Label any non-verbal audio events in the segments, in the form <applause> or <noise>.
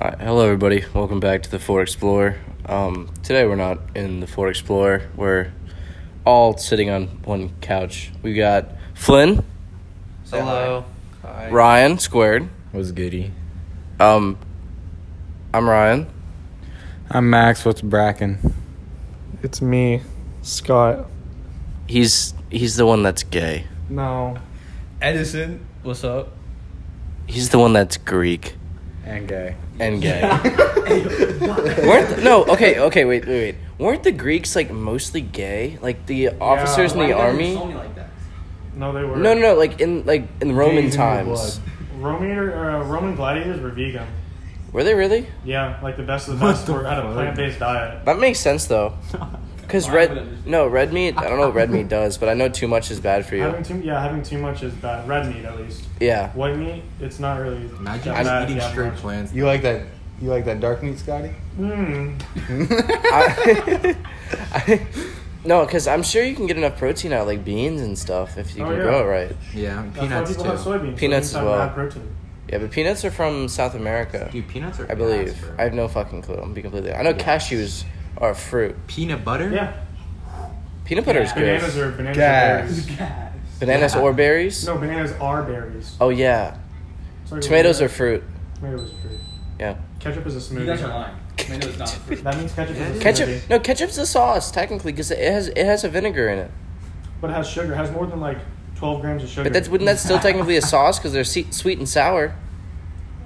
All right, hello everybody. Welcome back to the Ford Explorer. Um, today we're not in the Ford Explorer. We're all sitting on one couch. We got Flynn, Say Hello. Hi. Ryan squared. What's goody? Um, I'm Ryan. I'm Max. What's Bracken? It's me, Scott. He's he's the one that's gay. No. Edison, what's up? He's the one that's Greek And gay. and gay. <laughs> Weren't the, no okay okay wait wait wait. Weren't the Greeks like mostly gay? Like the officers in the <laughs> army. No, they were. No no no like in like in Roman Gays in the times. Roman, uh, Roman gladiators were vegan. Were they really? Yeah, like the best of the best the were at a fuck? plant based diet. That makes sense though. Because Why would it red, just- no red meat. I don't know what red meat does, but I know too much is bad for you. Having too yeah, having too much is bad. Red meat, at least. Yeah, White meat, it's not really. Imagine that just bad if eating you have straight much. plants. You like that? You like that dark meat, Scotty? Mm. <laughs> I, I, no, because I'm sure you can get enough protein out of like beans and stuff if you Oh, can yeah. grow it right. Yeah, and That's peanuts why people have too. soybeans. Peanuts soybeans as have well. high Protein. Yeah, but peanuts are from South America, Dude, peanuts are. I bananas, believe. bro. I have no fucking clue. I'm be completely. I know cashews are a fruit. peanut butter. Yeah. Peanut butter is good. Bananas are bananas Gas. are berries. Bananas Yeah. or berries. No, bananas are berries. Oh yeah, Sorry, tomatoes are banana- fruit. Tomatoes are fruit. Yeah, Ketchup is a smoothie. You guys are lying. Tomato's not a fruit. That means ketchup is a Yeah. ketchup. smoothie. No, ketchup's a sauce technically because it has it has a vinegar in it. But it has sugar. It has more than like 12 grams of sugar. But that's wouldn't that still technically a sauce because they're se- sweet and sour?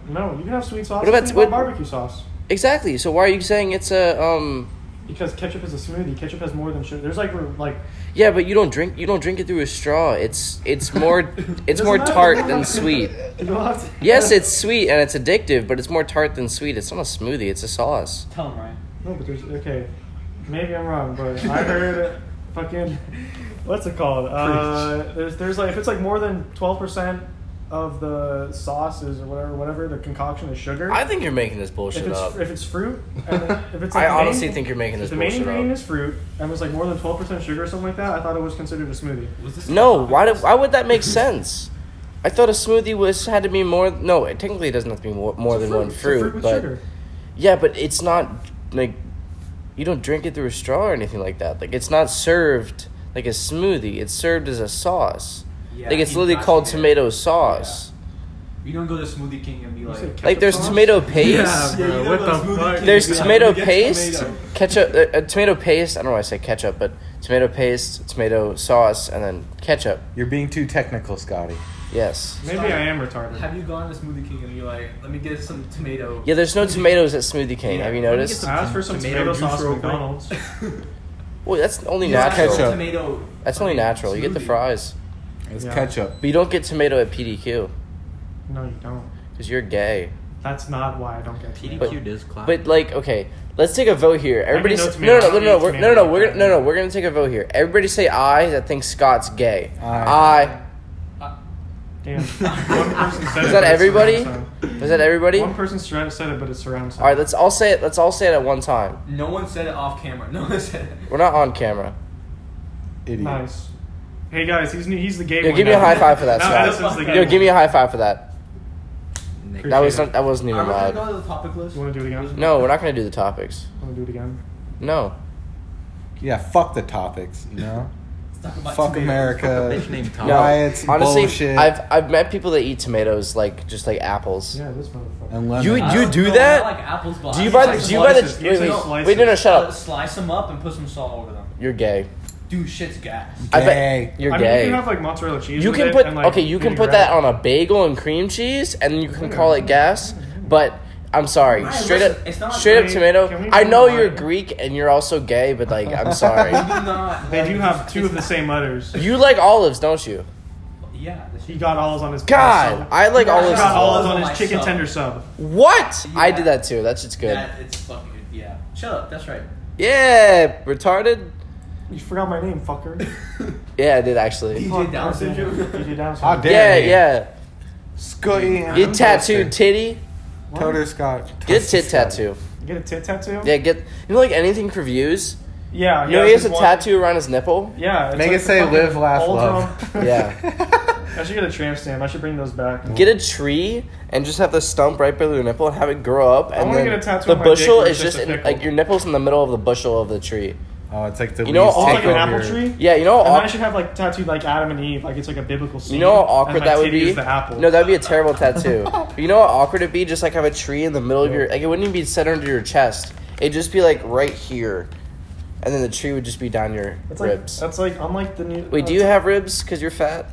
No, you can have sweet sauce. What about- you can what- have barbecue sauce? Exactly. So why are you saying it's a um? Because ketchup is a smoothie. Ketchup has more than sugar. There's like r- like Yeah, but you don't drink you don't drink it through a straw. It's it's <laughs> more it's more Doesn't tart matter. than sweet. <laughs> you don't have to- Yes, it's sweet and it's addictive, but it's more tart than sweet. It's not a smoothie. It's a sauce. Tell him, Ryan. no, but there's okay. Maybe I'm wrong, but I heard <laughs> fucking what's it called? Uh, there's there's like if it's like more than 12 percent of the sauces or whatever whatever the concoction is sugar. I think you're making this if bullshit it's up. if <laughs> it's fruit, and if it's I like the honestly main, think you're making this if the main bullshit ingredient up. is fruit and was like more than 12 percent sugar or something like that. I thought it was considered a smoothie. Was this No, why do, why would that make sense? I thought a smoothie was had to be more. No, it technically it doesn't have to be more, more It's a than one It's a fruit, with but sugar. yeah, but it's not like you don't drink it through a straw or anything like that. Like it's not served like a smoothie. It's served as a sauce. Yeah, like it's he's literally not called saying- tomato sauce. You don't go to Smoothie King and be like. said- Like there's Ketchup sauce? tomato paste. <laughs> Yeah, bro, you what go to the Smoothie fuck? King There's and be like, tomato "Let me get paste, tomato." ketchup, uh, uh, tomato paste. I don't know why I say ketchup, but tomato paste, tomato sauce, and then ketchup. You're being too technical, Scotty. Yes. Maybe I am retarded. Have you gone to Smoothie King and you're like, let me get some tomato? Yeah, there's no tomatoes at Smoothie King. Have you Let me get noticed? some I asked for some tomato, Tomato juice sauce at real quick. McDonald's. Well, that's only You don't have natural. Ketchup. Tomato. That's only natural. You get the smoothie. fries, It's Yeah. ketchup. but you don't get tomato at PDQ no, you don't. because you're gay. That's not why I don't get PDQ tomato. does clap. But like, okay, let's take a vote here. Everybody, no say, no, no, tomato. no, no, I no, hate we're, no, no, tomato. no, we're gonna, no, no, we're gonna take a vote here. Everybody say I that thinks Scott's gay. I. Aye. <laughs> Damn. One person said it, Is but that it's everybody? surround sound. Is that everybody? One person sur- said it, but it's surround sound. All right, let's all say it. Let's all say it at one time. No one said it off camera. No one said it. We're not on camera. Idiot. nice. Hey guys, he's new, he's the gay Yo, one. give me a now. high five <laughs> for that, Now Scott. Edison's the gay Yo, one. give me a high five for that. Nick. That was not, that wasn't even I'm gonna go loud. to the topic list. You want to do it again? No, we're not gonna do the topics. Want to do it again? No. Yeah, fuck the topics. You <laughs> know, Let's talk about fuck tomatoes. America. Bitch named Tom. No. Riots, Honestly, bullshit. I've I've met people that eat tomatoes like just like apples. Yeah, this motherfucker. and lemon. You- I you don't do know, that? I like apples, but Do I you just buy like the? Do you slices. buy the? slices. You Wait, take wait, slices. wait, no, no, shut Uh, up. Slice them up and put some salt over them. You're gay. Dude, shit's <laughs> gas. I Gay. bet you're I mean, you gay. can have like mozzarella cheese. you with can it put and, like, okay. You can put vinaigrette. that on a bagel and cream cheese, and you can call it gas. But I'm sorry, Ryan, straight listen, up, it's not straight up Greek. Can tomato. we I know combine you're it? Greek and you're also gay, but like I'm sorry. <laughs> Do not, They like, do have two it's of the not- same letters. you like olives, don't you? Yeah. that's- He got olives on his God, I like Yeah, He olives. got olives Oh, on my his chicken sub. tender sub. What? Yeah. I did that too. That's just good. That, it's fucking good. Yeah. Shut up. That's right. Yeah, retarded. You forgot my name, fucker. Yeah, I did actually. DJ Down syndrome. DJ Down How syndrome. dare Yeah, you. yeah. Scotty. Get tattooed titty. Toter Scott. Get a tit tattoo. You Get a tit tattoo? Yeah, get. You know, like anything for views. Yeah. You know, yeah, he has a this one- tattoo around his nipple. Yeah. it's Make like it say the <laughs> fucking <laughs> live, laugh, old love. drum. Yeah. I should get a tramp stamp. I should bring those back. Get a tree and just have the stump right below your nipple and have it grow up. And wanna then get a tattoo the on my dick bushel where is it's just just a in, pickle. like your nipple's in the middle of the bushel of the tree. Oh, it's like the You know, leaves all take like an over apple your- tree. Yeah, you know And then I how should have like tattooed like Adam and Eve, like it's like a biblical scene. You know how and awkward my that would titty be. Is the apple. No, that'd be a terrible tattoo. <laughs> But you know how awkward it'd be, just like have a tree in the middle of your like it wouldn't even be centered under your chest. It'd just be like right here, and then the tree would just be down your that's like ribs. that's like unlike the new. uh, Wait, do you have ribs? Cause you're fat.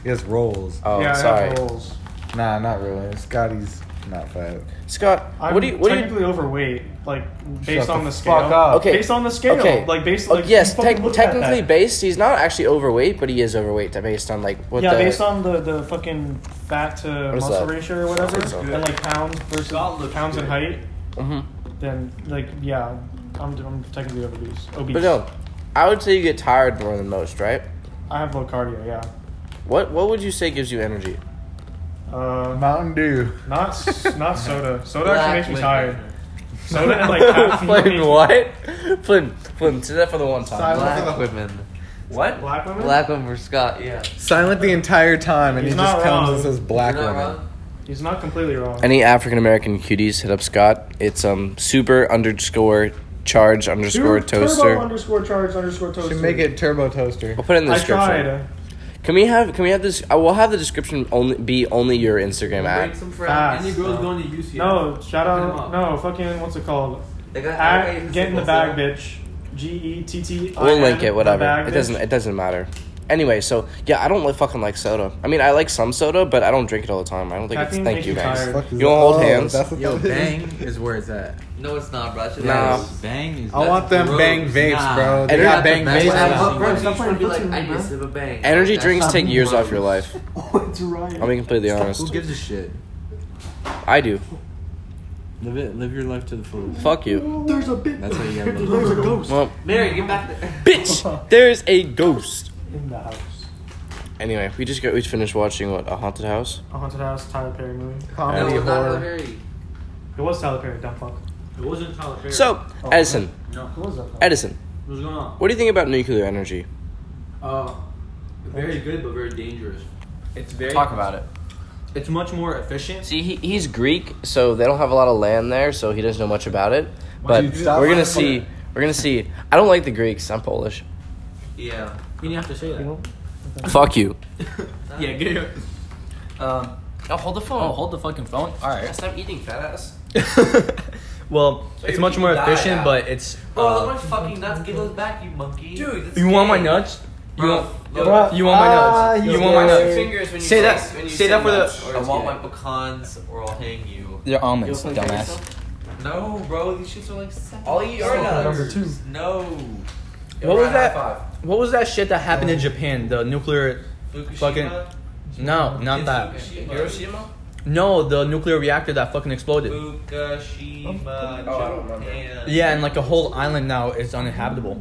<laughs> he has rolls. Oh, yeah, I sorry, have rolls. Nah, not really. Scotty's not fat. Scott. I'm what do you? What do you? technically overweight, like based Shut on the the, scale. fuck up. Okay. Based on the scale, Okay. like based Oh, like yes, you fucking tec- looked at technically that. based. He's not actually overweight, but he is overweight based on like what yeah, the. based on the, the fucking fat to is muscle that? ratio or whatever, Sounds good. and like pounds versus Scott looks pounds and good. height, Mhm. then like yeah, I'm, I'm technically obese. Obese. But no, I would say you get tired more than most, right? I have low cardio. Yeah. What What would you say gives you energy? Uh, Mountain Dew. Not s- not soda. Soda Black actually makes me liquor. tired. Soda and like <laughs> caffeine. Flynn, makes- what? Flynn, Flynn, say that for the one time. Black women. What? Black women. Black women for Scott, yeah. Silent the entire time, and He's he just not comes wrong. and says black You're not woman. wrong. He's not completely wrong. Any African American cuties hit up Scott. It's um super underscore charge underscore Dude, toaster. Turbo underscore charge underscore toaster. Should make it turbo toaster. we'll put it in the I description. tried. Can we have Can we have this? I will have the description only be only your Instagram Bring ad. some friends. Fast. Any girls going to UCF? No, shout Look him out. up. No, fucking what's it called? They got- they At, got get in the sickles bag, there. bitch. G E T T. We'll link it. Whatever. It doesn't. It doesn't matter. Anyway, so yeah, I don't li- fucking like soda. I mean, I like some soda, but I don't drink it all the time. I don't think it's. Caffeine Thank makes you you guys. tired. Fuck is You wanna that? hold Oh, hands? That's what <laughs> Yo, that is. bang is where it's at. No, it's not, bro. I should Nah. have bang. Is, I want them bang vapes, bro. They Energy- got bang That's vapes. what I've now. up, bro. Stop Stop playing trying to be like, footsie, I bro. just sip a bang. Energy That's drinks not take who years runs. off your <laughs> life. Oh, it's right. I'll be completely Who honest. gives a shit? I do. Live it. Live your life to the fullest. Fuck you. There's a bit. That's how <laughs> you gotta There's a live. ghost Well, Mary, get back there. bitch, there's a ghost. in the house. Anyway, we just got we just finished watching what a haunted house. A haunted house. Tyler Perry movie. No, Comedy it's not horror. Mary. It was Tyler Perry. Dumb fuck. It wasn't Tyler Perry. So, Oh, Edison, no. Who was that? Edison, What's going on? what do you think about nuclear energy? Uh, very good, but very dangerous. It's very. it. It's much more efficient. See, he, he's Greek, so they don't have a lot of land there, so he doesn't know much about it. But Dude, stop we're gonna laughing. see. We're gonna see. I don't like the Greeks. I'm Polish. Yeah. You didn't have to say that. Edison. <laughs> Fuck you. Yeah, get it. Um, Oh, hold the phone. oh, hold the fucking phone. All right. Stop eating, fat ass. well, it's much more Die efficient, out. but it's. Bro, uh, let my fucking nuts give those back, you monkey. Dude, you want my nuts? You Bro, want? yo, Bruh. You want my Ah, nuts? he's You want my gay. nuts? fingers when Say that- say that for the- I want my pecans or I'll hang you. They're almonds, dumbass. No, bro, these shits are like seven. I'll eat your nuts. Number two. No. What was that? What was that shit that happened in Japan? The nuclear? Fukushima? Fucking- No, not It's that. Fukushima. Hiroshima. No, the nuclear reactor that fucking exploded. Fukushima, Oh, I don't remember. Japan. Yeah, and like a whole island now is uninhabitable.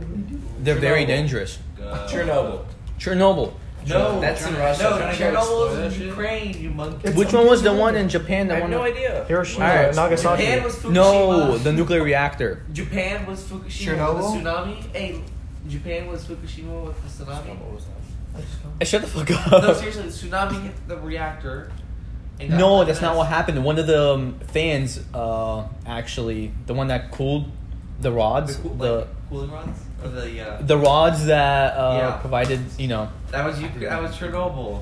They're very Chernobyl. dangerous. Go. Chernobyl. Chernobyl. No, That's in Chern- Russia. No, Can I go Chernobyl explore is that in shit? Ukraine, you monkey. It's- Which one was the one in Japan? I The have one. no idea. Hiroshima, Alright. Nagasaki. Japan was Fukushima. No, the nuclear reactor. Japan was Fukushima Chernobyl? with the tsunami. Hey, Japan was Fukushima with the tsunami. Hey, Shut the fuck No, up. seriously, the tsunami hit the reactor. and got No, fucking that's not us. what happened. One of the um, fans, uh, actually, the one that cooled the rods, The, cool, the like, cooling rods? Or the, uh, the rods that uh, Yeah. provided, you know, that was you. That was Chernobyl.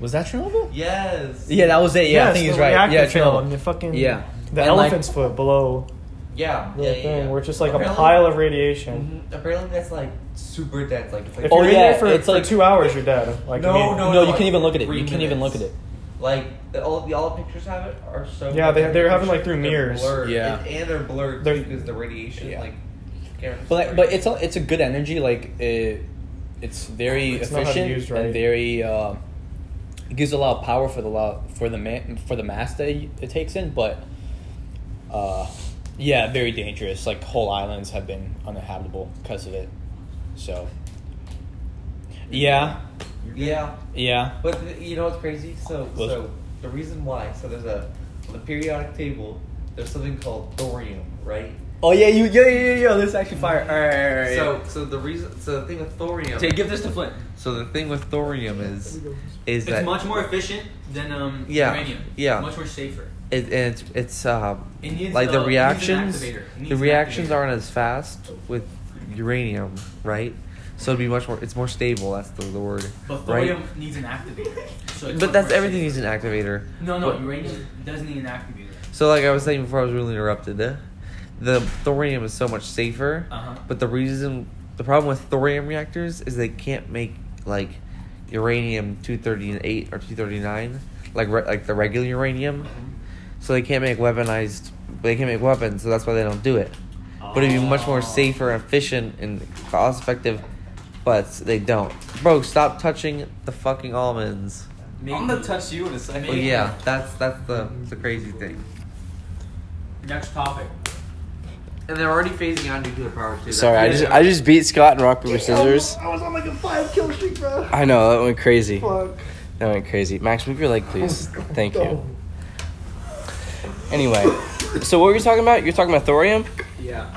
was that Chernobyl? Yes. Yeah, that was it. Yeah, I Yes, think he's the right. reactor Yeah, fell Chernobyl. and The fucking Yeah. The And, like- elephant's foot below Yeah. the yeah, yeah, thing, yeah. where it's just like a Apparently- pile of radiation. Mhm, Apparently, that's like super dense. Like, it's like If Oh, you're in yeah, there for, it's for like- two hours, you're dead. Like No, immediately. no, No, you like can't even look at it. three You can't even look at it. minutes. Like the, all the all the pictures have it are so. Yeah, they- they're having, like, they're through mirrors. blurred. Yeah. and, and they're blurred They're- because the radiation Yeah. like. can't- But like, but it's a, it's a good energy. Like it, it's very It's not how to efficient use, right? and very. Uh, it gives a lot of power for the lot for the man for the mass that it takes in, but. Uh, yeah, very dangerous. Like whole islands have been uninhabitable because of it. So. Yeah, yeah, yeah. but th- you know what's crazy? So What's- so the reason why so there's a on the periodic table there's something called thorium, right? Oh yeah, you yo yo yo yo. This is actually fire. All right, all right, all So, right. so the reason, so the thing with thorium. Jay, give this to Flint. So the thing with thorium is, is It's that much more efficient than um, Yeah, uranium. yeah. Much more safer. it, and it's it's um, It needs, like uh, the it needs an reactions, activator. It needs the an reactions activator. aren't as fast with uranium, right? So it'd be much more. It's more stable. That's the, the word, But right? thorium needs an activator. So it's But much that's more everything safe. needs an activator. No, no, But- uranium doesn't need an activator. So, like I was saying before, I was really interrupted. eh? The thorium is so much safer, Uh-huh. but the reason, the problem with thorium reactors is they can't make like uranium two thirty eight or two thirty nine, like re- like the regular uranium. So they can't make weaponized. They can't make weapons, so that's why they don't do it. But it'd be much more safer, efficient, and cost effective. But they don't. Bro, stop touching the fucking almonds. I'm gonna touch you in a second. Well, yeah, that's that's the the crazy thing. Next topic. And they're already phasing out nuclear power too. Sorry, I just I just beat Scott in rock paper scissors. I was on like a five kill streak, bro. I know that went crazy. Fuck. That went crazy. Max, move your leg, please. Thank you. Anyway, so what were you talking about? You're talking about thorium. Yeah.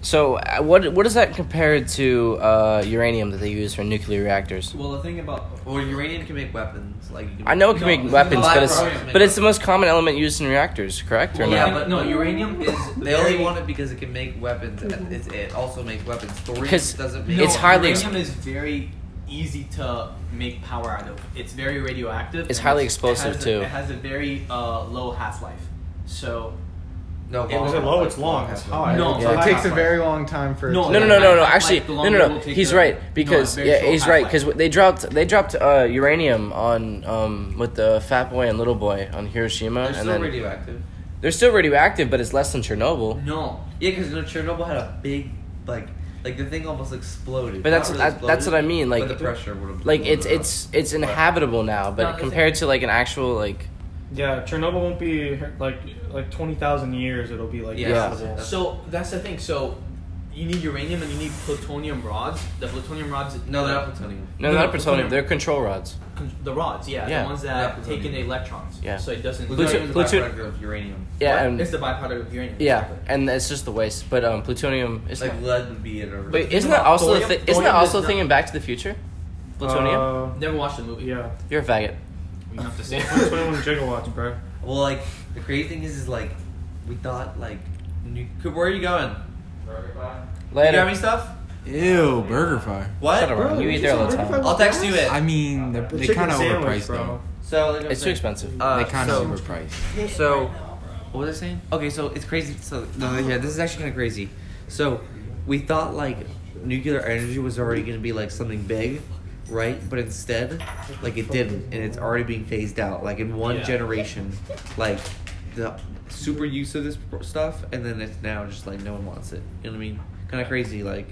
So uh, what what is that compared to uh, uranium that they use for nuclear reactors? Well, the thing about Well, uranium can make weapons. Like you can I know it can No, make it's weapons, not but it's thorium. but it's the most common element used in reactors, correct or well, no? yeah, but no, uranium is They only very- want it because it can make weapons. and It's, it also makes weapons. Thorium Because doesn't make. No, It's highly ex- uranium is very easy to make power out of. It's very radioactive. It's and highly it explosive, has a- too. It has a very uh, low half life. So No, It was long- a low, it's long, it's high. No, Yeah. It takes a half-life. very long time for. it No, No, to- no, no, no, no. Like, Actually, the no, longer no, it no. will take He's the- right No, it's because very yeah, short he's right half-life. because they dropped they dropped uh, uranium on um, with the Fat Boy and Little Boy on Hiroshima, They're and still then radioactive. they're still radioactive, but it's less than Chernobyl. no, Yeah, because you know, Chernobyl had a big like like the thing almost exploded. But that's Not that, that's what I mean. but Like the pressure would have like it's it's it's inhabitable now, No, but it's- compared to like an actual like Yeah, Chernobyl won't be like like twenty thousand years. It'll be like Yeah. habitable. so that's the thing. So you need uranium and you need plutonium rods. The plutonium rods. no, they're not plutonium. no, No, not no, plutonium. plutonium. They're control rods. con- The rods, yeah, Yeah. the ones Not that take in plutonium. the electrons. Yeah. So it doesn't. Plutonium is a Pluto- byproduct of uranium. Yeah, What? and it's the byproduct of uranium. yeah, exactly. and it's just the waste. But um, plutonium is. Like lead would be in a. Wait, isn't No, that also a thorium- thi- isn't that thorium also a is thing not- in Back to the Future? Plutonium. Uh, Never watched the movie. yeah, You're a faggot. We don't have to say. it. twenty-one gigawatts, bro. well, like the crazy thing is, is like we thought like, nu- Cooper, where are you going? You Later. got me stuff? Ew, burger fry. Shut What? up. You eat there all the time. I'll text you it. I mean, they're, The they chicken kind of sandwich, overpriced bro. them. So like I was It's too saying, expensive. Uh, They kind of so- overpriced. So, what was I saying? Okay, so it's crazy. So, no, yeah, this is actually kind of crazy. So, we thought like nuclear energy was already going to be like something big, right? But instead, like it didn't, and it's already being phased out. Like in one Yeah. generation, like the super use of this pro- stuff, and then it's now just like no one wants it. You know what I mean? Kind of crazy. Like,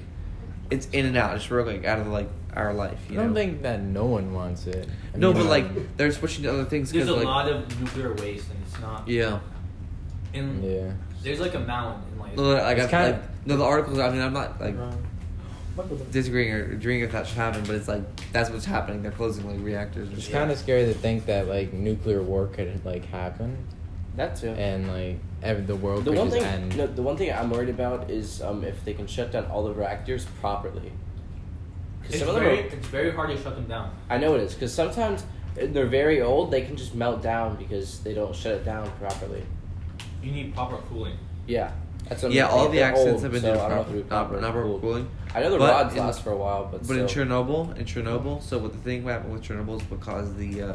it's in and out, just real quick, out of like our life. I You don't know? think that no one wants it. I no, mean, but like they're switching to other things. There's 'cause, a like, lot of nuclear waste, and it's not. Yeah. And Yeah. there's like a mountain in No, like. no, like, It's I've, kinda- like no, the articles. I mean, I'm not like disagreeing or agreeing if that should happen, but it's like that's what's happening. They're closing like reactors. and It's shit. kind of scary to think that like nuclear war could like happen That too. and like ev- the world The could one just thing, end. no, the one thing I'm worried about is um, if they can shut down all the reactors properly. 'Cause It's some of them very, are- it's very hard to shut them down. I know it is because sometimes if they're very old. They can just melt down because they don't shut it down properly. You need proper cooling. Yeah, that's what I'm yeah, all thinking. the They're accidents old, have been so due to I don't know if proper, it'll be not, not proper cooled. cooling. I know the But rods in- last for a while, but, But still. in Chernobyl, in Chernobyl, so what the thing that happened with Chernobyl is what caused the uh,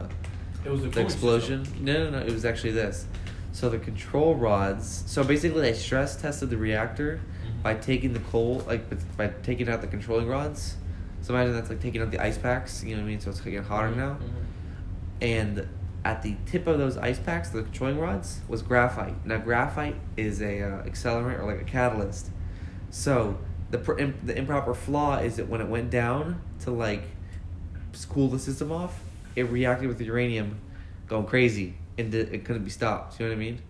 It was a the cooling explosion. system. No, no, no. It was actually this. So the control rods. So basically, they stress tested the reactor Mm-hmm. Mhm. by taking the coal, like with- by taking out the controlling rods. So imagine that's like taking out the ice packs. You know what I mean? So it's getting hotter Mm-hmm, now. And at the tip of those ice packs, the controlling rods, was graphite. Now graphite is a uh, accelerant or like a catalyst. So the pr- imp- the improper flaw is that when it went down to like s- cool the system off, it reacted with the uranium, going crazy, and di- it couldn't be stopped. You know what I mean?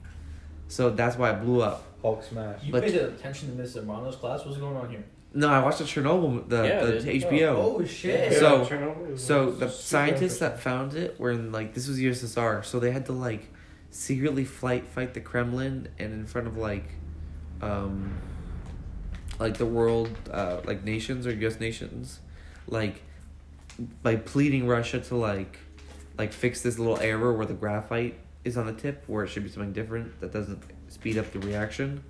So that's why it blew up. Hulk smash. You But- paid attention to this in Rondo's class. What's going on here? No, I watched the Chernobyl, the, Yeah, the dude. HBO. Oh, shit! So- Chernobyl is So like the super scientists efficient. that found it were in like this was USSR, so they had to like secretly fight fight the Kremlin and in front of like um like the world, uh, like nations or U.S. nations, like by pleading Russia to like like fix this little error where the graphite is on the tip where it should be something different that doesn't speed up the reaction.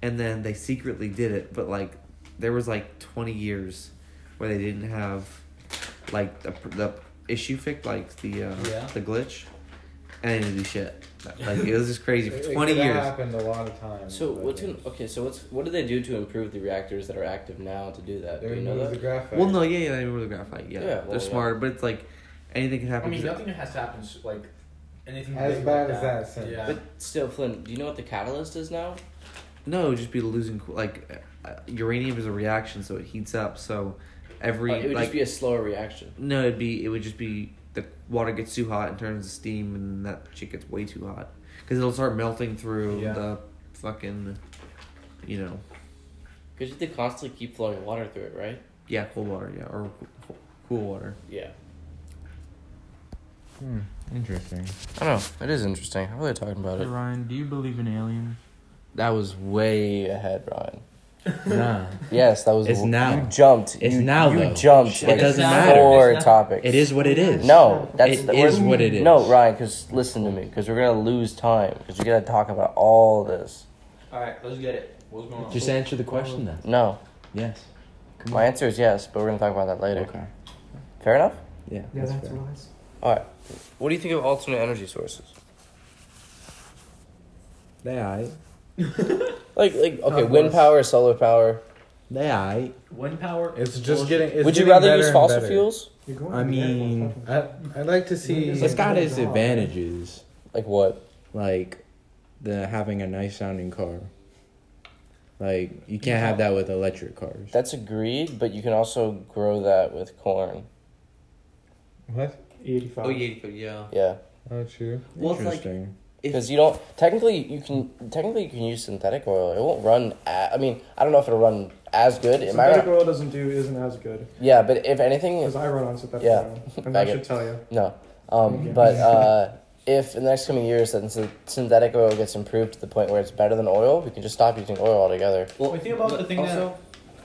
And then they secretly did it, but like there was like 20 years where they didn't have like the, the issue fixed, like the uh, Yeah. the glitch, and they didn't do shit. Like it was just crazy It- for it 20 could've years. happened a lot of times. So but what's gonna, okay? So what's what do they do to improve the reactors that are active now to do that? They Do you know removed the that? graphite. Well, no, yeah, yeah, they remember the graphite. Yeah, Yeah, well, they're yeah. smart, but it's like anything can I happen. mean, to nothing has to happen. s- Like anything As big bad like as that sounds. Yeah. But still, Flynn, do you know what the catalyst is now? No, it would just be losing co- like uh, uranium is a reaction, so it heats up. So every Uh, it would like just be a slower reaction. no, it'd be it would just be the water gets too hot and turns to steam, and that shit gets way too hot because it'll start melting through Yeah. the fucking, you know, Because they constantly keep flowing water through it, right? yeah, cold water, yeah, or co- cool water. Yeah. Hmm, interesting. I don't know. It is interesting. How are they talking about it? Ryan, do you believe in aliens? That was way ahead, <laughs> Ryan. nah. Yes, that was. It's now. You jumped. It's you, now, You though. jumped. It like, doesn't four matter. It's not- topics. It is what it is. No, that's It the, is we're- what it is. No, Ryan, because listen to me, because we're gonna lose time, because we gotta talk about all this. All right, let's get it. What's going on? Just answer the question then. No, Yes. my answer is yes, but we're gonna talk about that later. Okay. Fair enough. Yeah. Yeah, that's that's fair. wise. Oh, All right. What do you think of alternate energy sources? They aight. Like, like okay, wind power, solar power. They aight. Wind power. It's just getting. It's Would you getting rather better use and fossil better. fuels? You're going I to the airport, mean- fucking- I, I'd like to see. It's got its advantages, Like what? like the having a nice sounding car. Like you can't have that with electric cars. That's agreed, but you can also grow that with corn. What? 85. Oh yeah, yeah. Yeah, Oh, true. Well, it's like Interesting. because you don't technically you can technically you can use synthetic oil. It won't run. A, I mean, I don't know if it'll run as good. It might. Synthetic run- oil doesn't do isn't as good Yeah, but if anything, because I run on synthetic Yeah. oil, and I Faggot. should tell you. No. Um, but uh, if in the next coming years that syn- synthetic oil gets improved to the point where it's better than oil, we can just stop using oil altogether. Well, think about the thing also,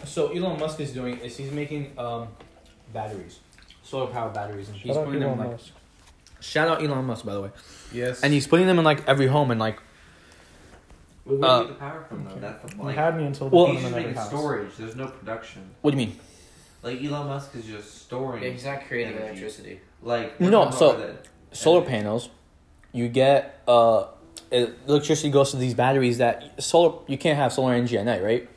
so Elon Musk is doing is he's making um, batteries, solar power batteries, and he's Shout out putting them in Elon like Musk. shout out Elon Musk by the way, yes. and he's putting them in like every home and like Well, Uh, where do you get the power from though? okay. That's the You point. had me until the Well- well, he's just in every making house. storage. There's no production. what do you mean? Like Elon Musk is just storing. not creating electricity. Like No, we're talking so- about that. Solar panels. You get uh, el- electricity goes to these batteries that solar. You can't have solar energy at night, right?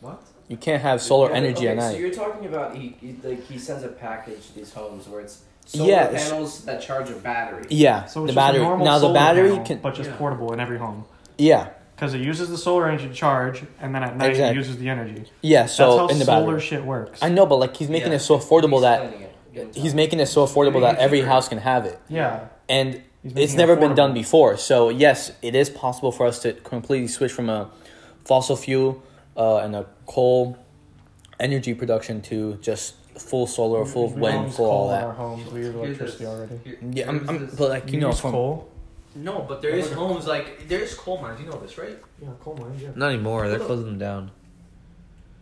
What? You can't have solar energy at So night. you're talking about he, he like he sends a package to these homes where it's solar solar Yes. panels that charge a battery. So Yeah, it's the just a battery. normal Now the solar battery panel, can. but just Yeah. portable in every home Yeah, because it uses the solar energy to charge, and then at night Exactly. it uses the energy. yeah. So That's how in the solar battery. shit works. I know, but like he's making Yeah. it so affordable that he's making it so affordable that every house can have it, yeah, and he's making it's it never been affordable. done before. So yes, it is possible for us to completely switch from a fossil fuel uh, and a coal energy production to just full solar, full We wind, use full all coal in Our that. homes, we use Here's electricity this. already. Here- Yeah, I'm, here's I'm, this. but like you know, use from coal. no, but there is homes like there is coal mines. You know this, right? Yeah, coal mines. Yeah. Not anymore. They're closing them down.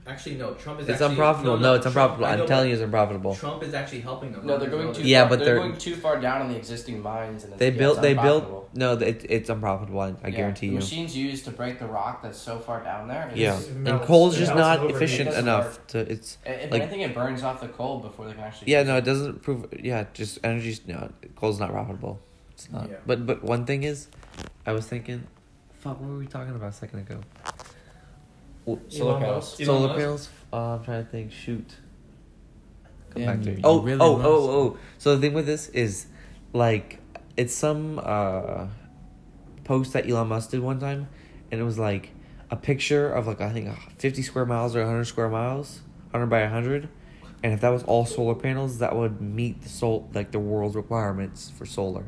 Actually, no. Trump is. It's actually, unprofitable. No, it's Trump- unprofitable. I know, I'm but telling you, it's unprofitable. Trump is actually helping them. No, they're going too. Yeah, far, but they're, they're- going too far down on the existing mines. And it's, They yeah, built. it's They unprofitable. built. No, it, it's unprofitable. I, I Yeah, guarantee the you. machines used to break the rock that's so far down there. is- Yeah, It and melts. coal's It just melts not overheat. efficient It doesn't enough to. It's If Like- anything, it burns off the coal before they can actually. yeah. use No, it. it doesn't prove. Yeah, just energy's no. Coal's not profitable. It's not. Yeah. But but one thing is, I was thinking, fuck. What were we talking about a second ago? Solar panels. Elon Solar Musk? panels. Uh, I'm trying to think. Shoot. Come Yeah, back to you me. Oh, really oh, must. oh, oh. So the thing with this is, like, it's some uh, post that Elon Musk did one time, and it was like a picture of like I think uh, 50 square miles or 100 square miles, 100 by 100, and if that was all solar panels, that would meet the sol like the world's requirements for solar.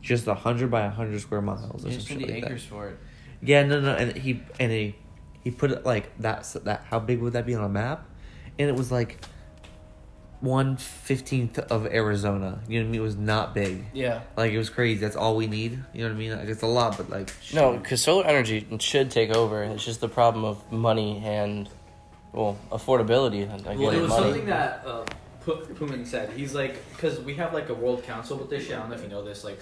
Just 100 by 100 square miles or There's something 20 like that. acres for it. Yeah, no, no, and he and he he put it like that's that. How big would that be on a map? And it was like one fifteenth of Arizona. You know what I mean? It was not big. Yeah. Like it was crazy. That's all we need. You know what I mean? Like it's a lot, but like No, because solar energy should take over. It's just the problem of money and, well, affordability. and I Well, get it was money. something that uh, Pu- Puman said. He's like, because we have like a world council with this shit. I don't know if you know this, like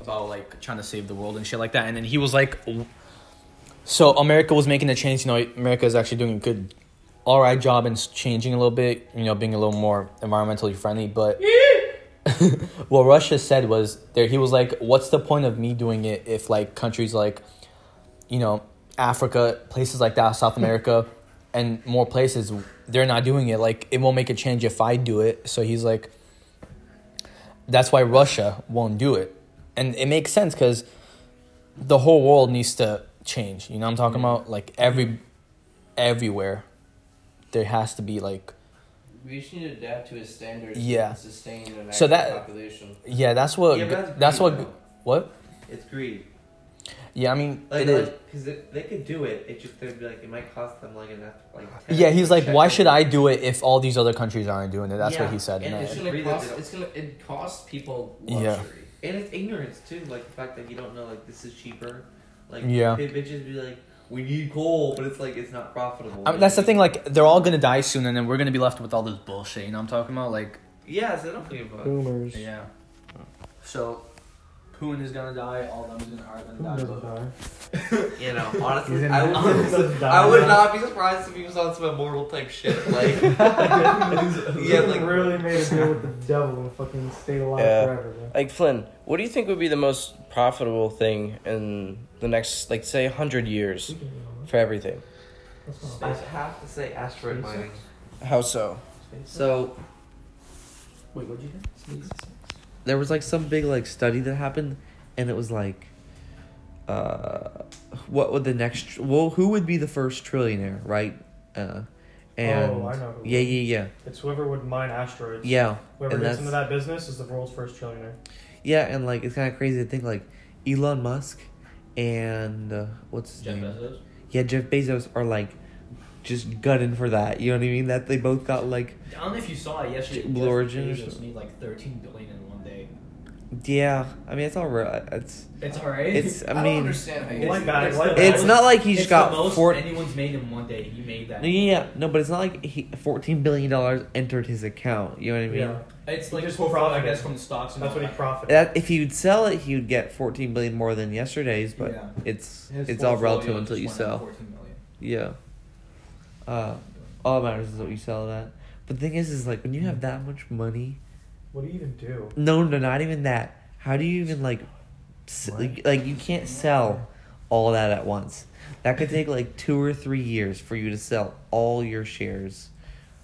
about like trying to save the world and shit like that. And then he was like, w- So America was making a change. You know, America is actually doing a good, all right job in s- changing a little bit. You know, being a little more environmentally friendly. But <laughs> what Russia said was there. He was like, "What's the point of me doing it if like countries like, you know, Africa, places like that, South America, and more places, they're not doing it. Like, it won't make a change if I do it." So he's like, "That's why Russia won't do it," and it makes sense because the whole world needs to change. You know what I'm talking about? Like every everywhere there has to be like We should adapt to his standards. Yeah. And sustain an so active that population. yeah, that's what Yeah, but that's that's, what greed, what? It's greed. Yeah, I mean Like, it is. because they could do it. It just they'd be like it might cost them like enough like. yeah, he's like, why should I do it if all these other countries aren't doing it? That's what Yeah, he said. And And it's I- gonna Breathe it cost. out. It's gonna it costs people luxury. Yeah. And it's ignorance too, like the fact that you don't know like this is cheaper. Like Yeah. bi- bitches be like, we need coal, but it's like it's not profitable. I mean, Um, that's the thing. Like, they're all gonna die soon, and then we're gonna be left with all this bullshit. You know what I'm talking about? Like, Yeah, so I don't think about. Boomers. yeah. So, Poon is gonna die. All of them is gonna are Who gonna die. doesn't But die? You <laughs> know, honestly, in I would, that. honestly, I would <laughs> not be surprised if he was on some immortal type shit. Like, yeah, Like, like really made a deal with the devil and fucking stayed alive Yeah. forever. Bro. Like Flynn, what do you think would be the most profitable thing in the next, like, say, hundred years for everything? That's not <laughs> I have to say asteroid mining. How so? So wait, what'd you think? there was like some big like study that happened, and it was like, uh, what would the next? Well, who would be the first trillionaire, right? Uh, and Oh, I know who. yeah, yeah, yeah, It's whoever would mine asteroids. yeah. Whoever and gets that's- into that business is the world's first trillionaire. Yeah, and like it's kind of crazy to think like Elon Musk and uh, what's his Jeff name? Bezos. Yeah, Jeff Bezos are like just gutting for that. You know what I mean? That they both got like I don't know if you saw it yesterday. Blue Jeff Origin or Bezos something. need like 13 billion in one day. yeah. I mean, it's all right. It's It's alright. it's. I, I, don't mean, understand how you. One It's- guy, it's one the guy. it's not like he just it's got the most four- anyone's made in one day. He made that. no, yeah, yeah, no, but it's not like he, fourteen billion dollars entered his account. You know what I mean? Yeah. It's He like just just I profited. guess from stocks. And That's all what he that. profited. That if he would sell it, he would get fourteen billion more than yesterday's. But Yeah. it's His it's all portfolio relative until just you went up sell. 14 million. Yeah. Uh, all that matters is what you sell it at. But the thing is, is like when you have that much money, What do you even do? no, no, not even that. How do you even like, s- like, like you can't sell all that at once. That could take like two or three years for you to sell all your shares.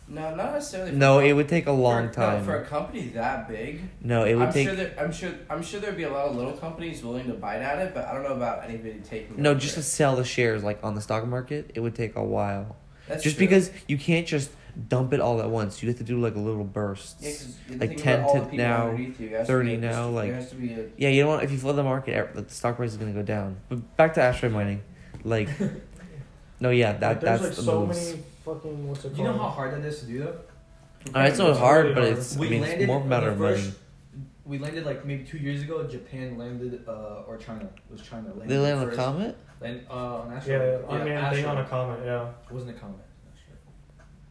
No, not necessarily. for No, a it would take a long for, no, for a time. company that big. No, it would I'm sure take there, I'm sure I'm sure there'd be a lot of little companies willing to bite at it, but I don't know about anybody taking. no over just it. to sell the shares like on the stock market. It would take a while. That's Just true. because you can't just dump it all at once. You have to do like little bursts. Yeah, 'cause you like think about 10 all to the people now, underneath you. It has to 30 be a- now, like- there has to be a, Yeah, you know what? If you flood the market, ev- the stock price is gonna go down. But back to asteroid mining, <laughs> like, no, yeah, Like, that there's that's like the so moves. many fucking what's it called? You know how hard that is to do though. Uh, it's not It's hard, really but hard. it's We I mean, it's landed more matter of when we money. first- We landed like maybe two years ago. Japan landed, uh, or China it was China landed. They land on a first. comet. Land, uh, on yeah, asteroid. unmanned thing asteroid. on a comet. Yeah. It wasn't a comet. Asteroid.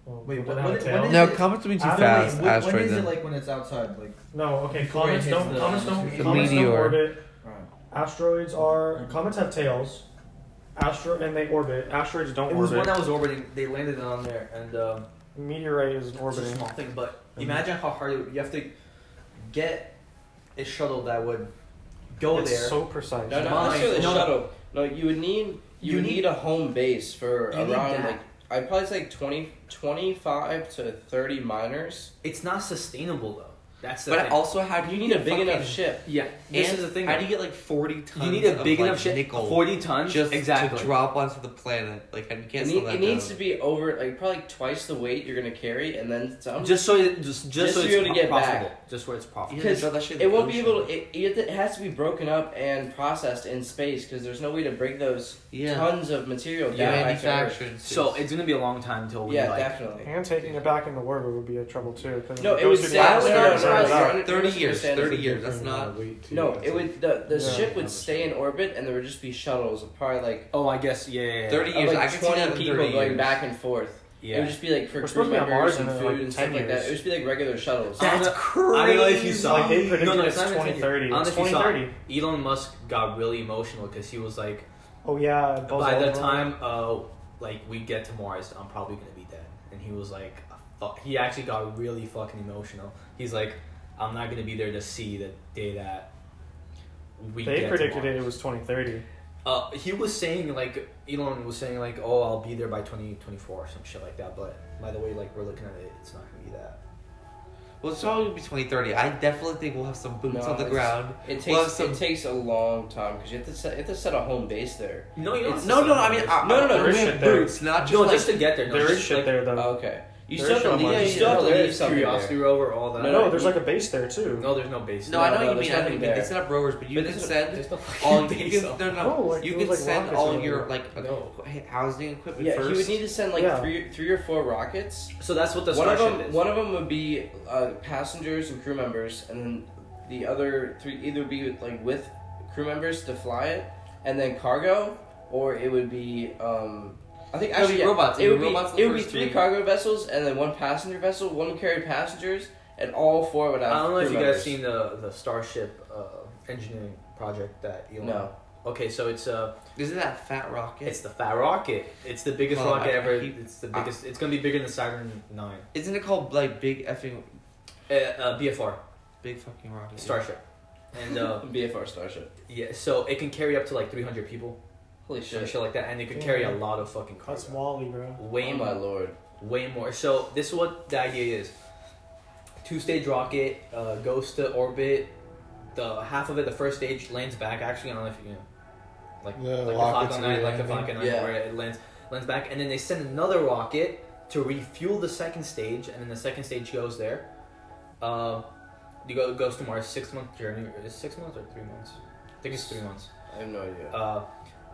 Well, Wait, does what- it have what- a what tail? is- No, it- comets would be too I don't know, fast. Wait, when- when asteroid is it then. like when it's outside? Like No, okay. Before Comets it hits don't. the- comets don't. the comets don't meteor. orbit. Right. Asteroids are. Comets have tails. Astro and they orbit. Asteroids don't it was orbit. when I was orbiting. They landed on there, and um, Meteorite is it's a orbiting. small thing. But imagine how hard it, you have to get a shuttle that would go it's there. so precise. No, Mine. not necessarily No, no. shuttle. No, you would need you, You would need- need, a home base for You need around that. like I'd probably say like 20, 25 to thirty miners. it's not sustainable though. That's the But thing. also, how do You you, need get a big enough fucking- ship. yeah, this and is the thing. How though. do you get like forty tons? you need a of, big like, enough ship, nickel forty tons, just exactly. to drop onto the planet. Like, and you It, can't. need- slow that it needs to down. be over like probably twice the weight you're gonna carry, and then some. just so it, just just, Just so for it's you to get profitable. Just where it's profitable. You have to because throw that shit in it the won't be ocean. able. To, it, it it has to be broken up and processed in space because there's no way to break those Yeah. tons of material down. Yeah, back to Earth. manufactured. So it's gonna be a long time till we Yeah, like. definitely. And taking it back into orbit would be a trouble too. 'cause if No, it goes was through the that was atmosphere, not it's not surprising. enough. Right. 30 years, 30 years, that's Different amount not... of weight, too. No, That's it a- would the the Yeah. ship would stay in orbit, and there would just be shuttles of probably like Oh, I guess yeah. yeah, yeah. 30 of years, I like can see that twenty in people 30 going years. back and forth. It would Yeah. just be like for We're crew supposed to be on members Mars and in, food like, and 10 stuff like that. It years. would just be like regular shuttles. That's crazy. I don't know if you saw- Like, they predicted it's not even 2030. I don't know It's if you saw it. 2030. Elon Musk got really emotional because he was like, Oh yeah. Buzz by the Aldrin. time uh, like we get to Mars, I'm probably gonna be dead. And he was like, fuck. He actually got really fucking emotional. He's like, I'm not gonna be there to see the day that we they get predicted to it, Mars. it was 2030. Uh, he was saying like Elon was saying like, oh, I'll be there by 2024 or some shit like that. But by the way, like we're looking at it, it's not gonna be that. Well, it's probably going to be 2030. I definitely think we'll have some boots No, on the it's- ground. It takes We'll have some- it takes a long time because you have to set, you have to set a home base there. No, you don't. It's- have to No, sell no, it. I mean, I, No, no, no, we there's have shit there. boots, not just no, like... just to get there. No, there is just, shit like- there Um, though. Okay, you There still is have to shuttle leave. You launches. still have to Yeah, leave there's something Curiosity there. rover, all that. no, no, there's you- like a base there too. No, there's no base. no, I know no, what there's you mean. I know what you nothing mean. They there. set up rovers, but you But can there's- send There's no all... fucking You base. can, up. no, no, No, like, you it can was like send rockets all and your, everything. like, No. h- housing equipment Yeah, first. he would need to send like Yeah. three three or four rockets. So that's what the one of Starship them is. one of them would be uh, passengers and crew members, and then the other three either be with, like with crew members to fly it, and then cargo, or it would be. Um, I think It would be actually yeah, robots. It would be robots the it would be first three three. cargo vessels and then one passenger vessel. One would carry passengers, and all four would have. I don't know if crew you guys members. seen the the Starship uh, engineering project that Elon. No. Okay, so it's uh, Isn't that fat rocket? it's the Fat Rocket. It's the biggest Well, rocket I- I ever. keep- it's the I- biggest. it's gonna be bigger than Saturn Nine. Isn't it called, like, big effing... Uh, uh, BFR Big fucking rocket? Starship, and <laughs> uh, BFR Starship. yeah, so it can carry up to like three hundred people, Holy shit, shit! shit like that, and it can carry a Yeah. lot of fucking That's cargo. Wally, bro. Way oh my more. lord! way more. So this is what the idea is: two-stage rocket uh, goes to orbit. The half of it, the first stage, lands back. Actually, I don't know if you know, like The like the rockets Falcon Nine, like the re-landing. Falcon Nine, Yeah. where it lands lands back, and then they send another rocket to refuel the second stage, and then the second stage goes there. Uh, you go goes to Mars. Six month journey. Is it six months or three months? I think it's three months I have no idea. uh,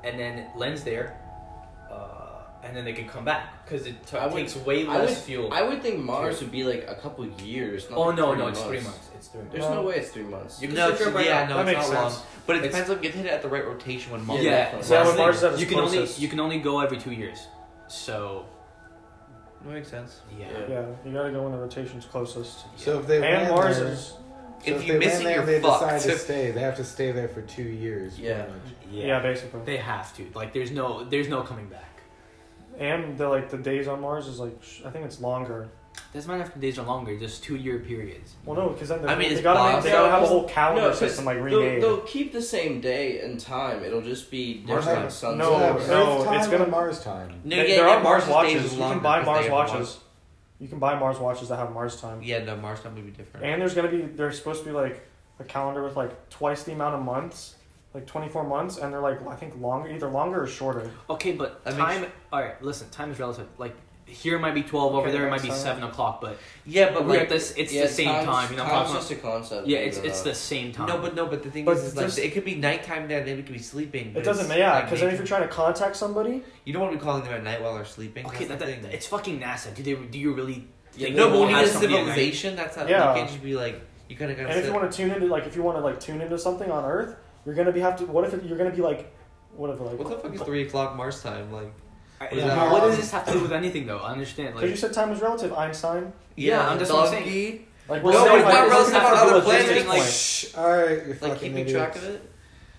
and then it lands there, uh, and then they can come back because it t- I would- takes way I less would, fuel. I would think Mars would be like a couple years. Not oh like no, three no, it's months. three months. It's three months. There's no way it's three months. You can No, switch it's, over yeah, now. no, That it's makes not long. sense. But it It's- depends on you hit it at the right rotation when Mars. Yeah, Yeah, so yeah, that's when the thing. Mars is at its you can only closest. you can only go every two years. So That makes sense. yeah, Yeah. Yeah, you gotta go when the rotation's closest. So if they And land Mars there, is If if you they miss land it, there, you're they fucked. decide to stay. They have to stay there for two years. pretty Yeah. much. yeah, basically. They have to. Like, there's no there's no coming back. And the like the days on Mars is like sh- I think it's longer. Doesn't matter if the days are longer. Just two year periods. Well, no, because then they, I mean, they it's gotta make, possible. they gotta have a whole No, calendar 'cause system like They'll, remade. they'll keep the same day and time. It'll just be Mars different time. suns. No, Yeah, and no, Earth stars. time it's gonna- and Mars time. No, They- yeah, there yeah, are Mars Mars' days watches. is You longer can buy 'cause they Mars have a watches. You can buy Mars watches that have Mars time. lot- Yeah, no, Mars time would be different. And there's gonna be there's supposed to be like a calendar with like twice the amount of months, like 24 months, and they're like I think longer, either longer or shorter. Okay, but That makes- time. All right, listen. Time is relative. Like here it might be twelve. Over Okay, there it might be that's fine. seven o'clock. But yeah, but we're at like, this. It's yeah, the same time's- time. You know, time's I'm not- just a concept. Yeah, it's you know. it's the same time. no, but no, but the thing But is, is like, just- it could be nighttime then, and it could be sleeping. but It it's, doesn't matter, yeah, like, because then if nighttime. you're trying to contact somebody, you don't want to be calling them at night while they're sleeping. okay, that's that, the that- thing. it's fucking NASA. Do they? Do you really? Yeah, think no, they but when will you have get a something at night? civilization, that's not. Yeah. You can't just be like, you kind of got and if you to. want to tune into like if you want to like tune into something on Earth, you're gonna be have to. What if it, you're gonna be like, what if like? What the fuck <laughs> is three o'clock Mars time? Like, Alright, Yeah. but What does this have to do with anything, though? I understand. Because you Like, said time is relative, Einstein. Yeah, I'm just- I'm saying- donkey. Like Well, we're no, saying, it's like, not this is relative gonna to be other a logistics planets, point. like- Shh. All right, you Like fucking keeping idiots. track of it.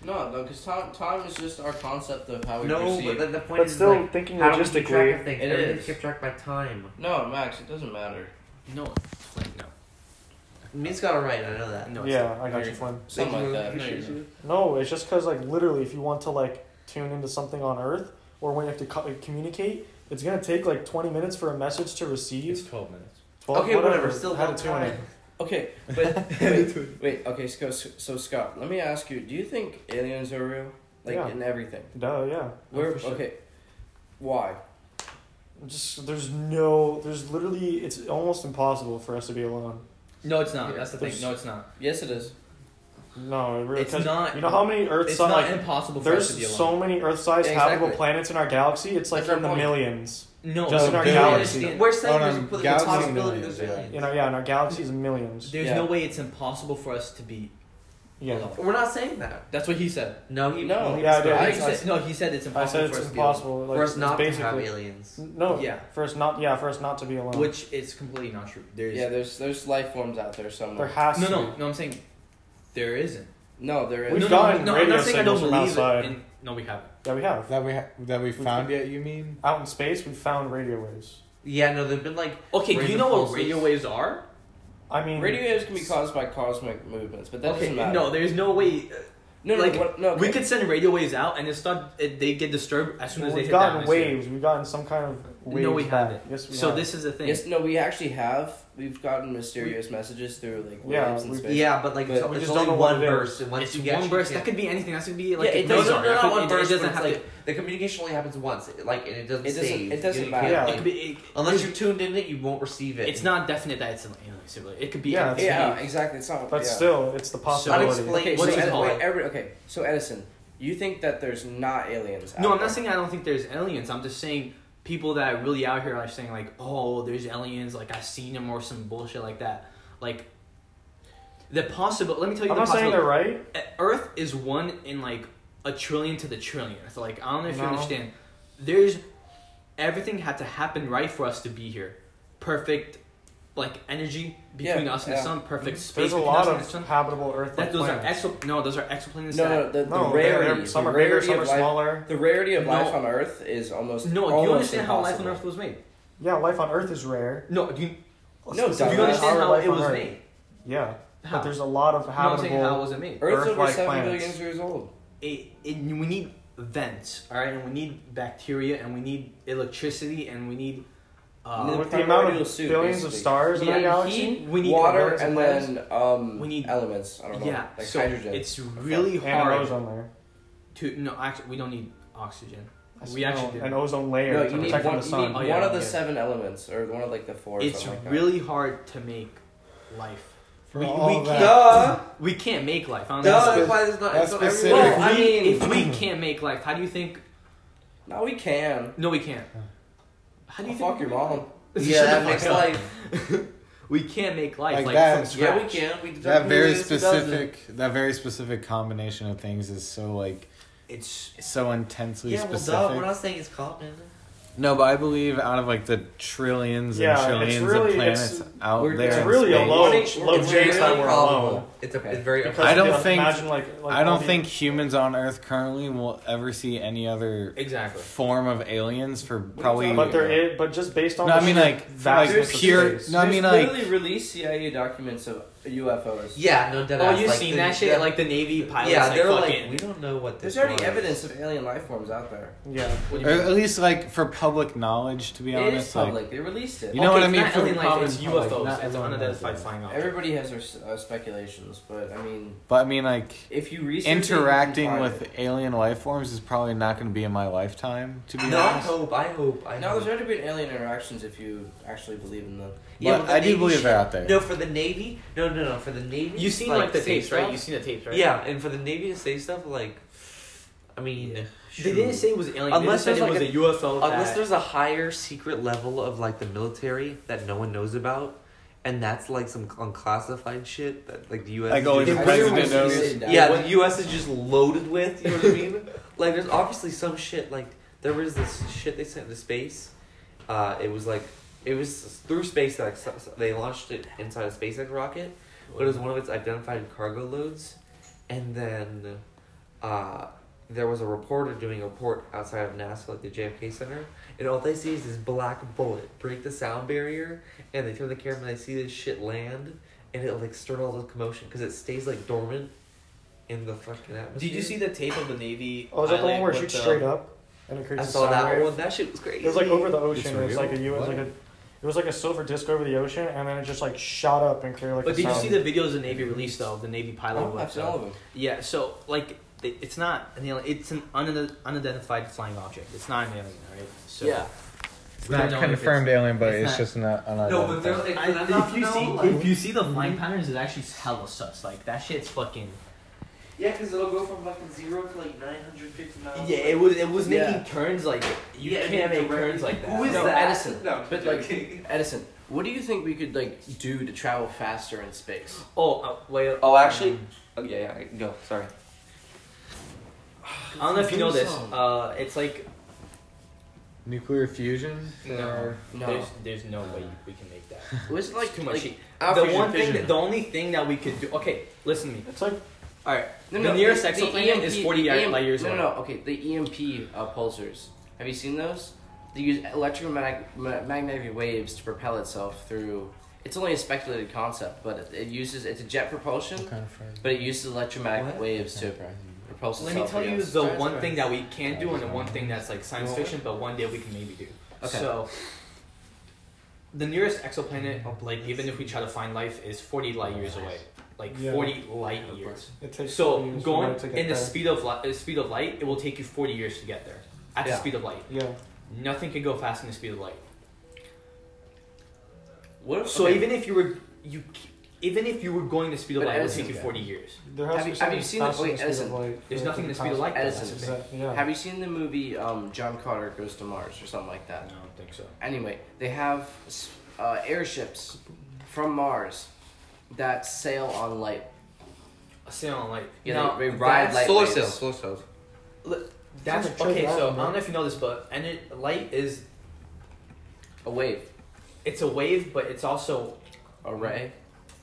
no, no, because time time is just our concept of Oh, how we No, perceive. but then the point But is still like, thinking how do we keep track logistically. of things? It Everything's is. kept track by time. no, Max, it doesn't matter. no, Flint, no, Me's got it right. I know that. no. it's Yeah, not. I got you, Flynn. Something like that. No, you're not. No, it's just because like literally, if you want to like tune into something on Earth or when you have to co- communicate, it's gonna take like twenty minutes for a message to receive. twelve minutes. Well, Okay, whatever, still How long to tune time. it. Okay, but wait, wait, okay, so, so Scott, let me ask you: Do you think aliens are real? Like Yeah. in everything? Duh, yeah. Where? for sure. Okay, why? Just there's no there's literally it's almost impossible for us to be alone. No, it's not. That's the thing. There's- No, it's not. Yes, it is. No, it really. It's 'cause not- You know how many Earth It's sun not like impossible for us to be there's alone. so many Earth-sized Yeah, exactly. habitable planets in our galaxy. It's like That's our in the point. millions. no, Just no, in our there's- galaxy. there's- We're saying Oh, there's no, a there's galaxy a possibility millions, there's yeah. aliens. You know, yeah, in our galaxy is millions. There's Yeah. no way it's impossible for us to be Yeah, alone. We're not saying that. That's what he said. No, he No. yeah, I No, did. he I, said, no, he said it's I impossible said it's for us to be alone. impossible. Like, for us not it's to have basically aliens. no. Yeah. for us not. Yeah, for us not to be alone. Which is completely not true. There's Yeah, there's there's life forms out there there somewhere. has no, to. no, no. I'm saying there isn't. No, there We've is. no, gotten no, no, radio I'm not saying I don't signals from believe outside. it. In, no, we haven't. Yeah, we have. That we ha- that we found yet? You mean? Out in space, we found radio waves. Yeah, no, they've been like Okay, do Radio you know what pulses. radio waves are? I mean, Radio waves can be caused by cosmic movements, but that okay, doesn't matter. no, there's no way. no, no, like, what- no. We okay. could send radio waves out, and it start. It, they get disturbed as soon as they we've hit gotten that waves. We've gotten some kind of waves. we back. haven't. Yes, we So have. this is the thing. Yes, no, we actually have. We've gotten mysterious messages through like Yeah, waves and we- space. yeah, but like But it's, we it's just don't only know what one it is. burst, and once it's you get one burst. you That can't- could be anything. That could be Yeah, like it a doesn't- no, blizzard. no, It could- one it- burst, but It doesn't it's have like- to. the communication only happens once, it, like, and it doesn't. It doesn't- save. it doesn't You matter. can't- Yeah. It could be. It, Unless you're tuned in, it you won't receive it. It's not definite that it's an alien sibling. It could be. Yeah, anything. Yeah, exactly. It's not. but yeah. still, it's the possibility. Unexplained. Okay, What so do you Edi- call wait, it? every, okay, so Edison, you think that there's not aliens? No, out I'm there. not saying I don't think there's aliens. I'm just saying people that are really out here are saying like, oh, there's aliens. Like I've seen them or some bullshit like that. Like the possible. Let me tell I'm you the not saying possibility. they're right. E- Earth is one in like a trillion to the trillion. So like I don't know if you No. understand. There's everything had to happen right for us to be here. Perfect, like energy between Yeah, us and yeah. the sun. Perfect space There's a between us lot and the of sun. habitable Earth. That those are planets. exo. No, those are exoplanets. No, that- no, the, the No, they're- rarity. they're- some the are bigger, rarity some of are life- smaller. The rarity of No. life on Earth is almost No, do you almost understand how life on impossible. Earth was made? Yeah, life on Earth is rare. No, do you, No, do How you is understand how life it on was Earth? made? Yeah, How? but there's a lot of No, I'm saying how habitable. was it made? Earth's over Earth-like seven billion planets. years old. It, it, we need vents, all right, and we need bacteria, and we need electricity, and we need. Uh, No, With the primordial amount of soup, billions of basically. stars in Yeah, our galaxy, heat, we need Water Earth's and planets. then um, We need- elements. I don't know, Yeah, like so hydrogen. it's really and an hard ozone layer. to. No, actually, we don't need oxygen. I We s- actually no, an do. ozone layer no, to you need protect one, from the you need sun. Oh, one yeah, of the yeah. seven elements, or one of like the four. or It's something like that. really hard to make life. For we, all we that- Duh! Can't, we can't make life. I don't Duh, know. that's why there's not. That's so everyone- specific. Well, Well, I I mean, if we can't make life, how do you think? No, we can. No, we can't. How do you I'll think? fuck your mom. Yeah, that makes Shut the life. fuck up. <laughs> we can't make life Like like, that. from Yeah, scratch. we can. We That determine very who it is, who doesn't. specific, that very specific combination of things is so like It's so intensely Yeah, well, specific. duh. We're not saying it's common. No, but I believe out of like the trillions and Yeah, it's trillions really- of planets it's- out we're- there, It's in really a space, low, It's low really chance that we're probable. alone. It's a. Okay. It's very. Because I don't yeah, think- Imagine like, like I all don't the- think humans on Earth currently will ever see any other exactly. form of aliens for probably. But there is, but just based on No, the I mean, sheer like, vastness like, of pure- space. No, I There's mean, like- literally release CIA documents of UFOs. Yeah, no doubt. Oh, you have seen that shit? like the Navy pilots, yeah, like they're fucking. like, we don't know what this. There's already was. evidence of alien life forms out there. yeah, what do or Uh, you mean? at least like for public knowledge. To be It honest, is like, public. They released it. You know what Okay, I it's mean? Not For alien the life, it's common public, UFOs. not It's everyone knows unidentified that. flying objects. Everybody has their s- uh, speculations, but I mean, but I mean, like if you research it, you can interacting find with it. alien life forms is probably not going to be in my lifetime. To be No, I honest, hope. I hope. I No, hope. there's already been alien interactions if you actually believe in them. Yeah, But but the I do Navy believe shit- they're out there. No, for the Navy. No, no, no. For the Navy. You've seen like, the say tapes, right? stuff- You've seen the tapes, right? Yeah, and for the Navy to say stuff like, I mean, They didn't shoot. say it was alien. Unless they just there's said like it was a, UFO. unless that- there's a higher secret level of like the military that no one knows about, and that's like some unclassified shit that like the U.S. Like, is oh, doing. the They president really knows. said that. yeah, the U.S. is just loaded with. You know what I mean? <laughs> like, there's obviously some shit. Like, there was this shit they sent to space. Uh, it was like it was through SpaceX. so- so They launched it inside a SpaceX rocket, but it was one of its identified cargo loads, and then uh, there was a reporter doing a report outside of NASA, like the JFK Center, and all they see is this black bullet break the sound barrier, and they turn the camera and they see this shit land, and it like stirred all the commotion because it stays like dormant in the fucking atmosphere. Did you see the tape of the Navy? Oh, is that the one pilot where it with shoots the- straight up and it I creates a saw sound that wave? one. That shit was crazy. It was like over the ocean. It's It's, like a real? U. It's What? like a It was like a silver disc over the ocean, and then it just like shot up and cleared like. But a did you sound. see the videos the Navy released though, of the Navy pilot? Oh, who I've left seen out? all of them. Yeah, so like it- it's not an alien. It's an unid- unidentified flying object. It's not an alien, right? So Yeah. It's not confirmed alien, but it's, just not. No, but they're like, I, for them not to if you know, see like- if you see the flying patterns, it's actually hella sus. Like that shit's fucking. Yeah, because it'll go from fucking zero to like 950 miles. Yeah, it was it was Yeah. making turns like you Yeah, can't it make directly- turns like that. Who is No, that? Edison. No, But like, like Edison, what do you think we could like do to travel faster in space? Oh, uh, um, wait. Oh, actually. Oh, yeah, yeah, I can go. Sorry. I don't know if you know this. Uh, it's like Nuclear fusion? no, No. There's, there's no way we can make that. Was it like It's too much. Like, heat. Alfred the one thing, Fisher. that, the only thing that we could do. Okay, listen to me. It's like All right, the nearest E exoplanet is 40 EMP light years No, away. no, no. Okay, the EMP uh, pulsars. Have you seen those? They use electromagnetic ma- magnetic waves to propel itself through. It's only a speculated concept, but it, it uses it's a jet propulsion, kind of friend? but it uses electromagnetic What? waves to propulse itself. Let me tell you against- the one thing that we can't do and the one thing that's like science fiction, but one day we can maybe do. Okay. So, the nearest exoplanet, like even if we try to find life, is 40 light years away. Like Yeah. 40 light years. it takes. So years for going it to get in the there. speed of light, speed of light, it will take you 40 years to get there at the Yeah. speed of light. Yeah. Nothing can go faster than the speed of light. What if, So okay, even if you were you, c- even if you were going the speed of But light, it would Edison take you did. 40 years. There has Have to you- have be something you seen the- faster than wait, the speed of Edison. light There's for it nothing in the to speed of pass. light. Edison. That's the thing. Exa- Yeah. have you seen the movie um, John Carter Goes to Mars or something like I that? don't think so. Anyway, they have s- uh, airships from Mars that sail on light. A sail on light. Yeah, Now, they, they ride that's- light Solar waves. cells. Solar cells. That's Sounds like okay. Treasure So I Island, don't right? know if you know this, but and it, light is A wave. it's a wave, but it's also A ray.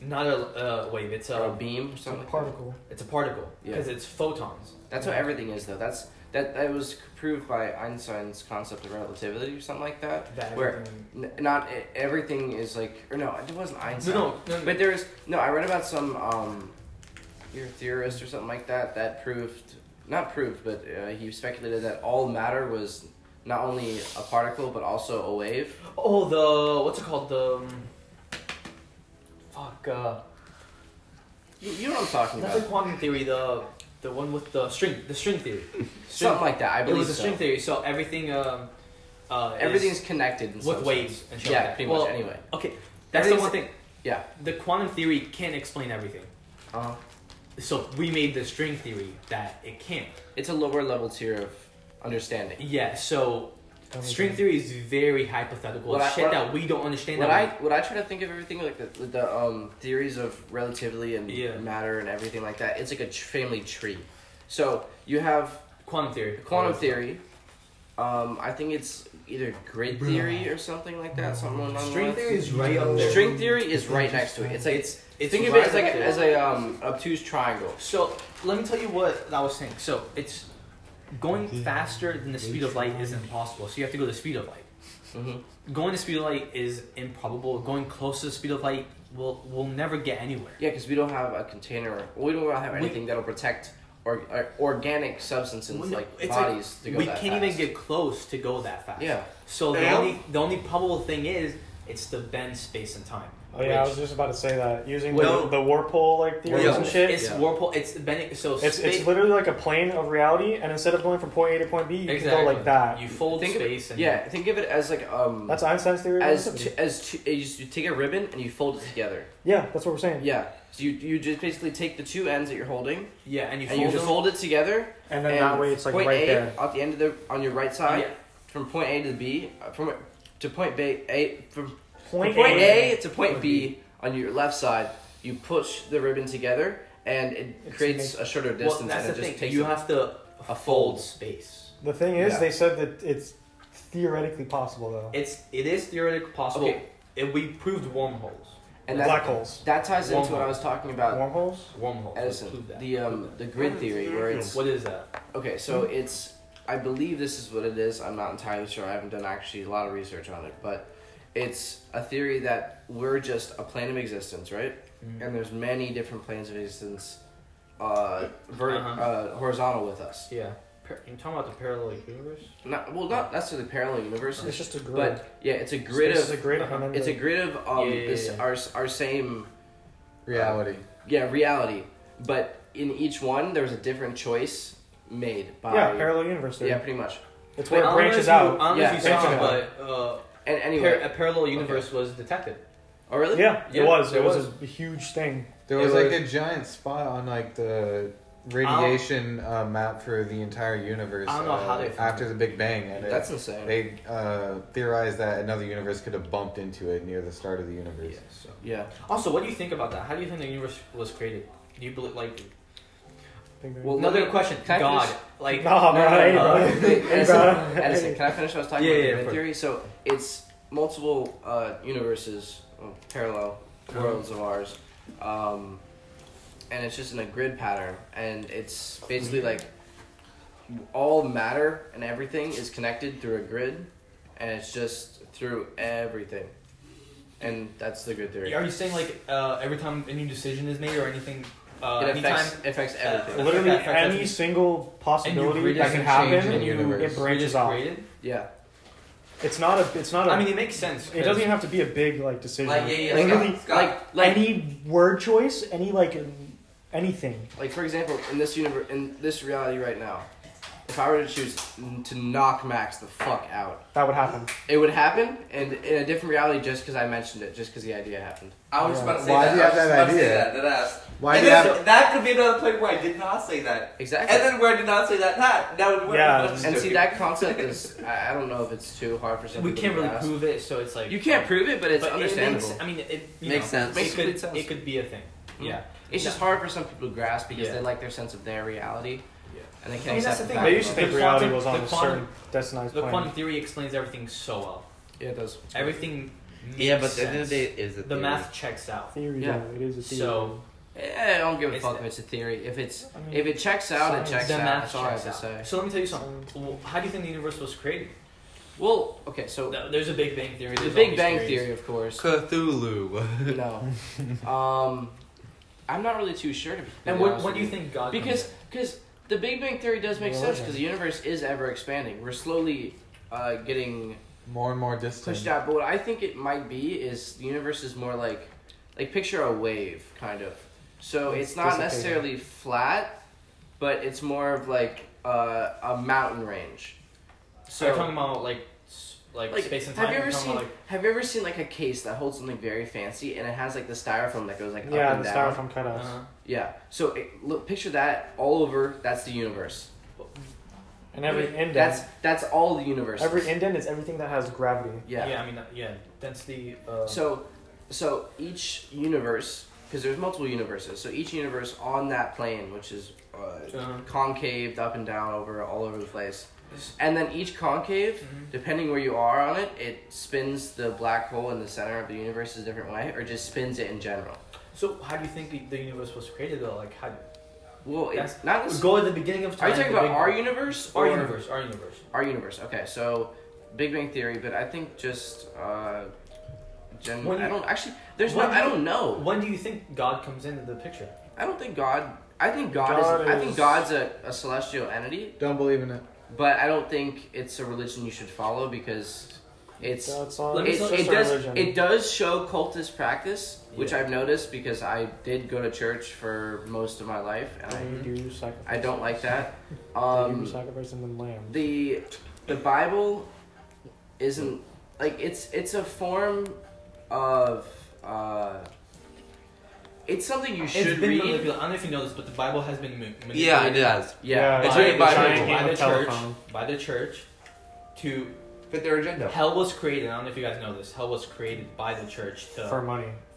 not a uh, wave. It's Or a a beam or It's a something. particle. it's a particle Yeah. because it's photons. That's how everything is, though. That's that. That was proved by Einstein's concept of relativity or something like that. That Where everything- n- not e- everything is like, or no, it wasn't Einstein. no, no, no, But there is no. I read about some um, your theorist or something like that that proved, not proved, but uh, he speculated that all matter was not only a particle but also a wave. Oh, the what's it called? The um, fuck. Uh, You, you know what I'm talking that's the about? quantum theory. The the one with the string. The string theory. String, <laughs> Something like that. I it believe was the so. string theory. So everything. Um, uh, is Everything's connected in some with sense. waves and shit like Yeah, that. pretty Well, much. Anyway. Okay, that's the one Everything's- thing. Yeah. The quantum theory can't explain everything. Uh-huh. Uh, So we made the string theory that it can't. it's a lower level tier of understanding. Yeah, so string Everything. theory is very hypothetical. What It's I- shit what I- that we don't understand. What I that what I try to think of everything like the, the um, theories of relativity and Yeah. matter and everything like that. It's like a tr- family tree. So you have we- quantum theory. quantum theory. Um, I think it's either grid theory or something like that. Something along those String lines. theory is right up there. String theory is right next to it. It's like it's, It's think of it right as like up a, there. as a um, obtuse triangle. So let me tell you what I was saying. So it's going faster than the speed of light is impossible. So you have to go the speed of light. Mm-hmm. Mhm. Going the speed of light is improbable. Going close to the speed of light will will never get anywhere. Yeah, because we don't have a container. We don't have We- anything that'll protect or, or organic substances Well, no, like it's like bodies to go we that can't fast. even get close to go that fast. Yeah. So the Yeah. only the only probable thing is it's to bend space and time. Oh yeah, I which- was just about to say that using Well- the, the warp hole like theories Yeah. and shit. It's Yeah. whirlpool. It's bending. So It's, spa- it's literally like a plane of reality, and instead of going from point A to point B, you exactly. can go like that. You fold Think of it- space and Yeah, think of it as like um That's Einstein's theory. of as relativity. t- as t- you, just- you take a ribbon and you fold it together. yeah, that's what we're saying. Yeah, so you you just basically take the two ends that you're holding yeah, and and you fold, you them. just fold it together. And then that way it's like point right A there. at the end of the on your right side Yeah. from point A to B uh, from to point B A from Point, point A. A to point B on your left side. You push the ribbon together and it It's creates a shorter Well, distance that's and it the just thing. takes you a- have to a fold fold. space. The thing is, Yeah. they said that it's theoretically possible though. It's it is theoretically possible. Okay. It, we proved wormholes. and Uh, Black that, holes, that ties into what Wormhole. I was talking about wormholes. Wormholes. we Edison proved that. the um the grid theory where it's What is that? Okay, so it's. I believe this is what it is. I'm not entirely sure. I haven't done actually a lot of research on it, but it's a theory that we're just a plane of existence, right? And there's many different planes of existence, uh, vert- Uh-huh. uh, horizontal with us, Yeah. Par- you talking about the parallel universe? Not well, not necessarily parallel universes. It's just a grid. But yeah, it's a grid Space of is a grid, uh-huh. and then It's a the- grid of um Yeah, yeah, this yeah. our our same Reality. yeah reality, but in each one there's a different choice made by Yeah, parallel universe theory. Yeah, pretty much. It's where it Wait, branches I don't out. know if you, I don't know Branches if you saw, but uh, And anyway, par- a parallel universe was detected. oh really? Yeah, Yeah, it was. there It was, was. a huge thing. There It was like was- a giant spot on like the radiation uh, map for the entire universe. I don't know uh, how they- after the Big Bang, and it, That's insane. they uh, theorized that another universe could have bumped into it near the start of the universe. so. yeah. Also, what do you think about that? How do you think the universe was created? Do you believe like Well, another question? can I God, finish? <laughs> like Nah, No, bro, no, hey, no, bro. no. Wait, <laughs> <laughs> Hey, Edison, bro. <laughs> Edison, can I finish what I was talking Yeah, about? yeah, the grid of course. theory. So it's multiple uh, universes, well, parallel Uh-huh. worlds of ours, um, and it's just in a grid pattern, and it's basically like all matter and everything is connected through a grid, and it's just through everything, and that's the grid theory. Are you saying like uh, every time a new decision is made or anything? Uh, it anytime affects affects everything. Literally Affects any everything. single and you possibility read that it can and happen, change in and you- universe. it you branches just off. created? yeah, It's not a. It's not a. I mean, it makes sense. it 'cause- doesn't even have to be a big like decision. Like, yeah, yeah, Like, Literally, Scott, Scott. like like any word choice, any like um, anything. like for example, in this universe, in this reality right now, if I were to choose n- to knock Max the fuck out, That would happen. it would happen, and in a different reality, just because I mentioned it, just because the idea happened. I was just about to say Why that. do you I was have just that about to say idea? that, that ass. Why and do you then have- so that could be another point where I did not say that. Exactly. And then where I did not say that, that that would work. Yeah. I was just And see joking. that concept is I, I don't know if it's too hard for some. We people can't to really grasp. prove it, so it's like You can't prove it, but it's but it makes- understandable. I mean, it you Makes know, sense. It Makes could, complete sense. it Hmm. could be a thing. Mhm. Yeah. it's just hard for some people to grasp because Yeah. they like their sense of their reality, Yeah. and they can't I mean, accept that's the the thing. fact They used to of think The reality quantum- was on the a certain quantum- destinized The quantum plane. theory explains everything so well. it. Yeah, it does. Everything. Makes Yeah, but at the sense. end of the day, it is a the theory. math checks out. Theory, Yeah. though, it is a theory. So Eh, I don't give a It's fuck the- if it's a theory. If it's I mean, if it checks out, science. it checks the out. math That's all I checks have to say. out. So let me tell you something. Well, How do you think the universe was created? Well, okay, so Th- There's a Big Bang theory. the there's all Big these Bang theories. Theory, of course. Cthulhu. No, <laughs> um, I'm not really too sure to be. And what, what do you think God? Because because the Big Bang theory does make sense because the universe is ever expanding. We're slowly uh, getting More and more distant. pushed out. But what I think it might be is the universe is more like like picture a wave kind of. So It's it's not dissipating. necessarily flat, but it's more of like uh, a mountain range. so you're talking about like s- like, Like, space and time. have you you're ever talking seen about, have you ever seen like a case that holds something very fancy and it has like the styrofoam that goes like up yeah, and the down? styrofoam cutouts. like, uh, Yeah. So it, look, picture that all over. That's the universe. And every indent, That's that's all the universe. every indent is everything that has gravity. yeah. yeah, I mean, uh, yeah, density. Uh, So, so each universe, because there's multiple universes. So each universe on that plane, which is uh, uh, concaved up and down over all over the place, This- and then each concave, Mhm. depending where you are on it, it spins the black hole in the center of the universe a different way, or just spins it in general. so how do you think the- the universe was created though? Like how? Well, it's That's- not. As, Go at the beginning of time. are you talking the about Big our Bang. universe? Our or- universe. Our universe. Our universe. Okay, so Big Bang Theory, but I think just uh, gen- When- I don't actually. There's no. when I you- don't know. When do you think God comes into the picture? I don't think God. I think God, God is, I think is- God's a, a celestial entity, Don't believe in it. but I don't think it's a religion you should follow because it's That's all. Let me it, it's tell- just it a does religion. it does show cultist practice, which Yeah. I've noticed because I did go to church for most of my life, Mm-hmm. and They do sacrifice. I, I don't like <laughs> that. they do Um, sacrifice and then lamb. the the Bible isn't like it's it's a form of uh, it's something you should it's been read. manipulated. I don't know if you know this, but the Bible has been ma- manipulated. Yeah, it does. yeah. Yeah, It's by, written the by church- people. by Game the of church, telephone. by the church, to Fit their agenda. hell was created. I don't know if you guys know this. Hell was created by the church to for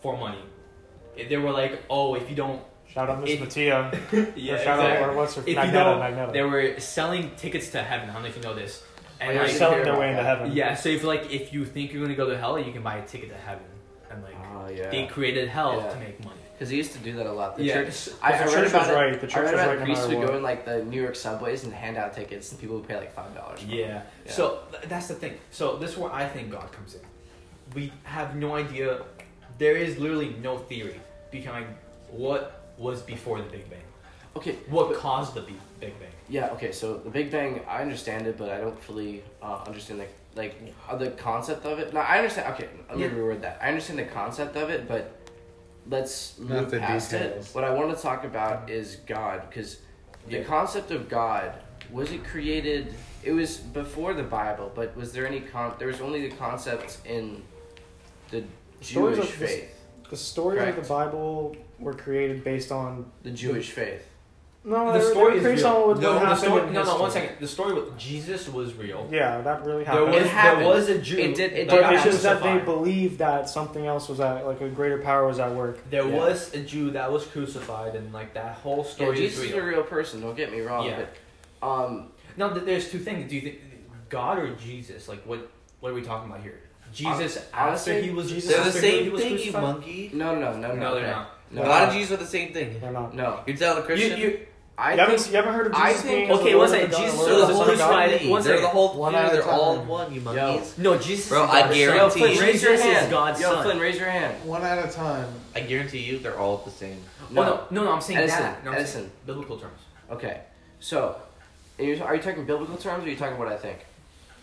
for, money. money. They were like, oh, if you don't, Shout out Miss It- Mattia. yeah, or shout out exactly. or what's her If you Magneta, don't- Magneta. They were selling tickets to heaven. I don't know if you know this. And I They're like, didn't selling hear their about way into that. heaven. yeah, so if like if you think you're gonna go to hell, you can buy a ticket to heaven. And like Oh, yeah. they created hell Yeah. to make money. Because he used to do that a lot. The Yeah. church. Because I, the I church read was about it. right. The church I read was about right no priests matter would go what. in like the New York subways and hand out tickets, and people would pay like five dollars. Yeah. Yeah. So th- that's the thing. So this is where I think God comes in. We have no idea. There is literally no theory behind what was before the Big Bang. Okay. What caused the Big Big Bang? Yeah. Okay. So the Big Bang, I understand it, but I don't fully uh, understand like like uh, the concept of it. No, I understand. Okay, let me Yeah. reword that. I understand the concept of it, but let's Not move the past details. it. What I want to talk about is God, because the concept of God was it created? It was before the Bible, but was there any con? There was only the concepts in the Stories Jewish of this- faith. The stories of Correct. the Bible were created based on The Jewish faith. no. the they were- they story were is based real. on what no, happened the story, in no, no, history. one second. The story with Jesus was real. Yeah, that really There happened. was, there happened. was a Jew. It did- it that did but got it's just that they crucified. believed that something else was at like a greater power was at work. There Yeah. was a Jew that was crucified, and like that whole Yeah, story is Jesus is real. a real person. Don't get me wrong, Yeah. but um, Now, th- there's two things. Do you think God or Jesus? Like, what what are we talking about here? Jesus after honestly, he was Jesus- They're the after he same was thing, you crucified? monkey. no, no, no, no, No, they're no. not. No, A lot of Jews are the same thing. They're not. no. You're telling a Christian. You, you, I You haven't, think you haven't heard of I Jesus think- being as okay, the one Lord of second, the God, Jesus Lord of they're the was the whole Son of God? crucified. Trinity. One They're the second. whole. One yeah, at a they're all time. one. You Yo. monkeys. no, Jesus. Bro, is I God's guarantee son. Yo, Flynn, you- raise your Jesus is hand. God's Yo, son. Flynn, raise your hand. One at a time. I guarantee you, they're all the same. Oh, No, no, no, no, I'm saying Edison, that. No, I'm Edison. saying biblical terms. Okay, so are you, are you talking biblical terms or are you talking what I think?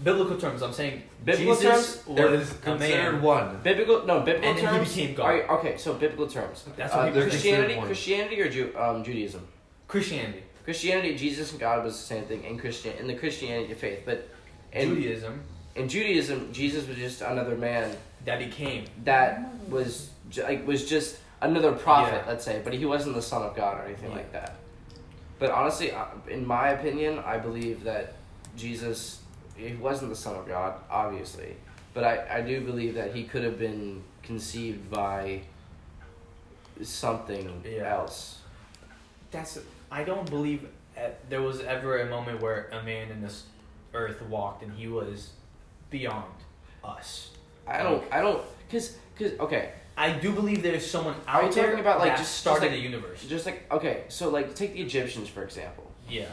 Biblical terms. I'm saying Biblical Jesus They're was a considered man. one. Biblical, no, biblical And then he terms. became God. Are you, okay, so biblical terms. That's Uh, what people they're Christian- Christianity, one. Christianity or Ju- um, Judaism. Christianity, Christianity, Jesus and God was the same thing in Christian in the Christianity faith, but in Judaism in Judaism, Jesus was just another man that became that was ju- like was just another prophet, Yeah. let's say, but he wasn't the son of God or anything Yeah. like that. But honestly, I- in my opinion, I believe that Jesus he wasn't the son of God, obviously, but I I do believe that he could have been conceived by something Yeah. else. That's I don't believe e- there was ever a moment where a man in this earth walked and he was beyond us. I don't I don't cuz cuz okay, I do believe there's someone out Are you there talking about, like, that just- just started like- the universe. just like okay, so like take the Egyptians for example. yeah.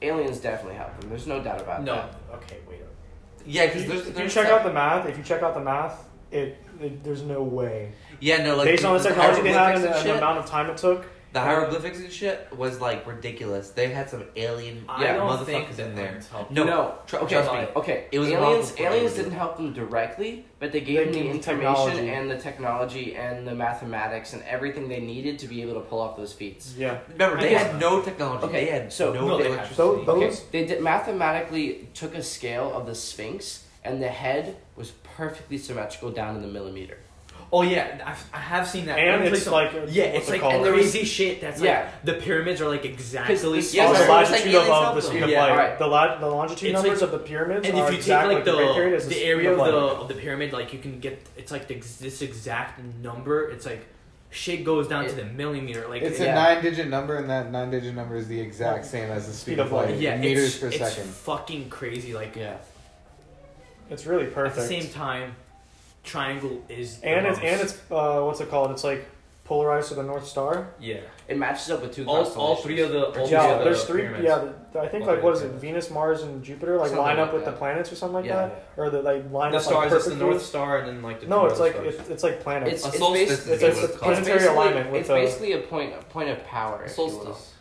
Aliens definitely helped them. There's no doubt about No. that. Okay. Wait. up. Yeah, If because you, there's. if you there's check some- out the math, if you check out the math, it, it there's no way Yeah, no, like based on the technology they had and the, hieroglyphics and the shit, amount of time it took. The hieroglyphics and shit was like ridiculous. They had some alien I yeah, don't think motherfuckers that in there. man's helped. No, tr- okay, trust me. Okay, It was aliens. modeled for Aliens aliens. didn't help them directly, but they They gave them gave the them information technology. and the technology and the mathematics and everything they needed to be able to pull off those feats. Yeah, Remember, they Yeah. had no technology. Okay, they had so- no, No, they electricity. so Okay, those they did mathematically took a scale of the Sphinx, and the head was perfectly symmetrical down to the millimeter. Oh yeah, I've, I have seen that. and There's it's some- like yeah, it's like called? and crazy shit. That's Yeah. like the pyramids are like exactly. this- Oh, Yeah, so similar. the it's longitude like aliens above help the them. speed of Yeah, light. alright. The, la- the longitude It's like- numbers of the pyramids And are if you take exactly like the, great period the is the speed area of light. the of the pyramid, like you can get it's like the, ex- this exact number. It's like shit goes down to It- the millimeter. Like It's Yeah. a nine-digit number, and that nine-digit number is the exact same as the speed of light, yeah, meters it's, per it's second. fucking crazy. Like Yeah. It's really at the perfect. same time, triangle is the and it's most- and it's uh, what's it called? It's like polarized to the North Star. yeah. It matches up with two. All, all constellations. three of the all yeah, three of the there's three. pyramids. Yeah, the, I think All like what three is it? pyramids. Venus, Mars, and Jupiter like Something line up like with that. the planets or something like Yeah. that, or the like line The up stars like is the perfectly. North Star, and then like the no, two it's other like stars. it's, it's like planets. It's, A it's, basi- solstice is it's what a- it's it's called. it's planetary basically- alignment with it's the- basically a point a point of power. if you will. solstice.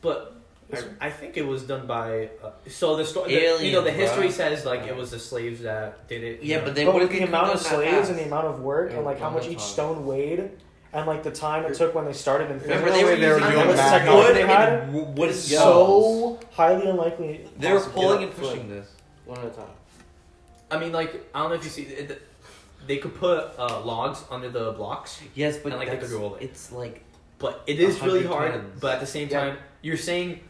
But It's- I, I think it was done by uh, so the story. You Aliens, know, the bro. history says like it was the slaves that did it. Yeah, but they but wouldn't with the get amount cooked of up that slaves and fast. the amount of work Yeah, and like how one much at a each time. stone weighed and like the time it took when they started and There's finished. no Remember, they way were they were using doing wood math. and wood They had- and w- wood. It's and- so highly unlikely. they were possible. pulling and pushing this. One at a time. I mean, like I don't know if you see, it, they could put uh, logs under the blocks, Yes, but And, like, they that's, could roll it. it's like but it is really 100 hard. tons. But at the same Yeah. time, you're saying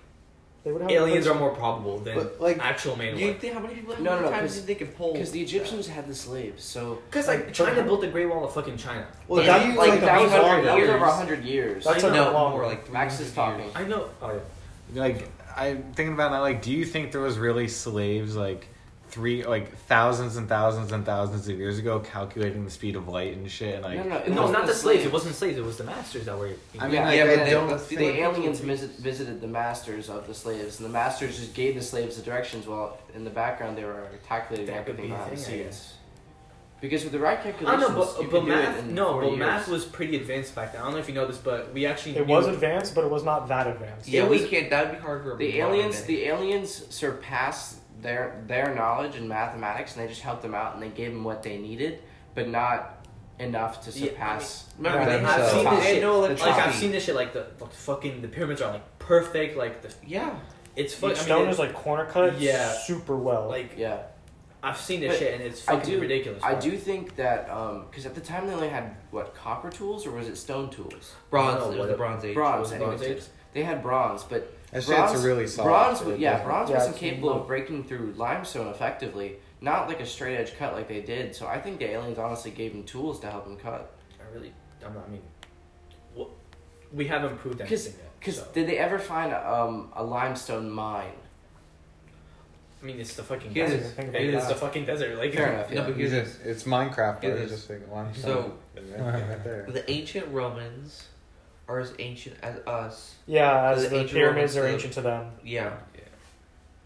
They would have aliens are more probable than But, like, actual man. you think how many people? How No, many no, no, times 'cause- did they can pull? Because the Egyptians had the slaves, so Because like China built the Great Wall of fucking China. Well, Yeah, that, like, like, that was, over over, that was years. over hundred years. That's I took know. no, long. more like Max is 300 talking. years. I know. Oh yeah. Like I'm thinking about that. Like, do you think there was really slaves like three, like thousands and thousands and thousands of years ago, calculating the speed of light and shit? And like, No, no, it No, wasn't not the the slaves. It slaves. wasn't slaves. It was the masters that were. I mean, Yeah, like, yeah, I but they- don't that's the think- the aliens visit, visited the masters of the slaves, and the masters just gave the slaves the directions while in the background they were calculating that could everything be a behind the thing, I scenes. guess. Because with the right I calculations, don't know, you but, can but do it math. in No, 40 but years. math was pretty advanced back then. I don't know if you know this, but we actually It knew- was advanced, but it was not that advanced. Yeah, It we was- can't. That'd be hard for The aliens, the aliens surpassed their their knowledge in mathematics, and they just helped them out, and they gave them what they needed, but not enough to Yeah, I surpass. mean, remember the- them, the I've seen top this shit, shit. no the Like top I've shit. seen this shit. Like the like, fucking the pyramids are like perfect. Like the yeah. it's The fucking. I stone mean, it- is like corner cut Yeah. super well. like Yeah. I've seen this But shit and it's I fucking do- ridiculous. I bro. do think that because at the time they only had what copper tools or was it stone tools? bronze. No, it was what- the Bronze Age. Bronze. was I think Bronze it Age. was- They had bronze, but That bronze, shit's really solid. bronze. It wa- yeah, doesn't- bronze Yeah, wasn't it's capable not- of breaking through limestone effectively. Not like a straight edge cut like they did. So I think the aliens honestly gave them tools to help them cut. I really. I'm not. I mean, wha- we haven't proved Because anything yet. so. did they ever find um, a limestone mine? I mean, it's the fucking Here's desert. this. Think about Hey, it's that. the fucking desert. Like Fair enough. <laughs> No, yeah. but here's this. It's Minecraft. It It is. is. Just like one So- <laughs> right there. The ancient Romans are as ancient as us. yeah, as The the ancient pyramids Romans are did. ancient to them. Yeah.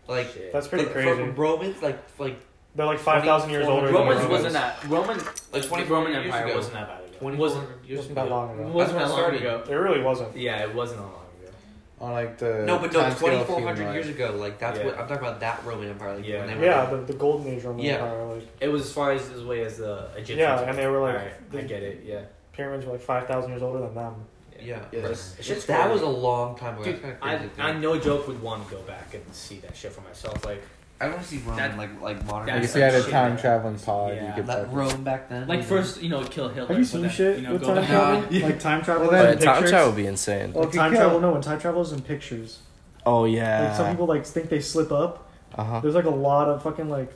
Like, Shit. That's pretty like, crazy. From Romans, like like They're like five thousand years older. Romans than the wasn't that Roman. Like the 24 Roman years Empire ago. wasn't that bad. ago. twenty wasn't years wasn't that ago. long ago. wasn't when that it long started. ago. It really wasn't. Yeah, it wasn't that long ago. on like the No, but no, timescale of twenty four hundred human years life. ago, like that's Yeah. what I'm talking about. That Roman Empire, like Yeah. when they were Yeah, the, the golden age Roman Yeah. Empire, like It was as far as as way as the Egyptians. Yeah, and they were like- Alright, I get it. Yeah, pyramids were like five thousand years older than them. yeah. Yeah. It's just that crazy. was a long time ago. Dude, That's kinda I, crazy, too. I no joke would want to go back and see that shit for myself. Like, I don't see Rome That- like like that's Like, modern. Like, if you had a shit. time traveling pod, Yeah. you could. that fucking- Rome back then. Like you know? first, you know, kill Hitler. Have you seen but then, shit You know, with go time back. travel? Like time travel Well, is then in But time pictures? travel would be insane. Like, If you time kill- travel, no, when time travel is in pictures. Oh Like some yeah. people like think they slip up. Uh huh. There's like a lot of fucking like.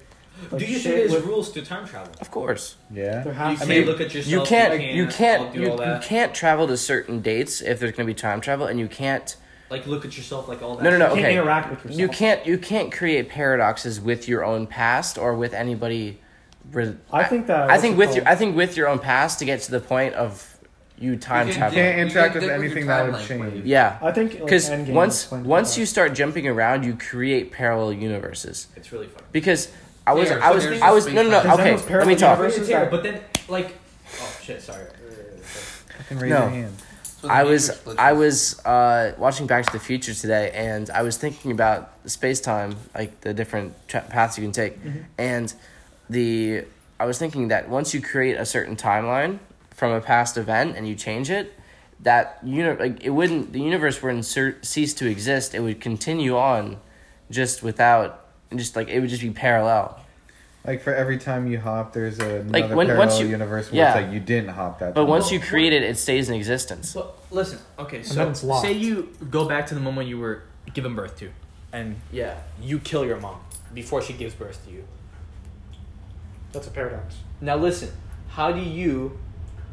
like Do you think shit there's with- rules to time travel? Of course. Yeah. You There has can't to be. look at yourself. You can't. can't, You I'll can't. do You, all you that. can't travel to certain dates if there's gonna be time travel, and you can't. Like look at yourself. Like all that. No, no, You no. can't Okay. interact with yourself. You can't. You can't create paradoxes with your own past or with anybody. re- I think that. I think what's it with your. called? I think with your own past to get to the point of you time You travel. Can't You interact can with think of anything your that would timeline for change. you. Yeah. I think Because like, Endgame once explained once that. you start jumping around, you create parallel universes. It's really fun. Because I was. There's- I was. there's I a was. No, no, no. space-time. Okay. There's Let me parallel talk. universe. It's versus terrible, that- but then like, oh shit, sorry. Fucking raise No. your hand. So the I major was split- I was uh, watching Back to the Future today, and I was thinking about space time, like the different tra- paths you can take, and the I was thinking that once you create a certain timeline from a past event and you change it, that uni- like it wouldn't the universe wouldn't cer- cease to exist. It would continue on, just without just like it would just be parallel. Like for every time you hop, there's another Like, when- parallel once you- universe where yeah. it's like you didn't hop that. But time. once you create it, it stays in existence. But listen, okay, then so it's locked. say you go back to the moment you were given birth to, and Yeah. you kill your mom before she gives birth to you. that's a paradox. Now listen, how do you,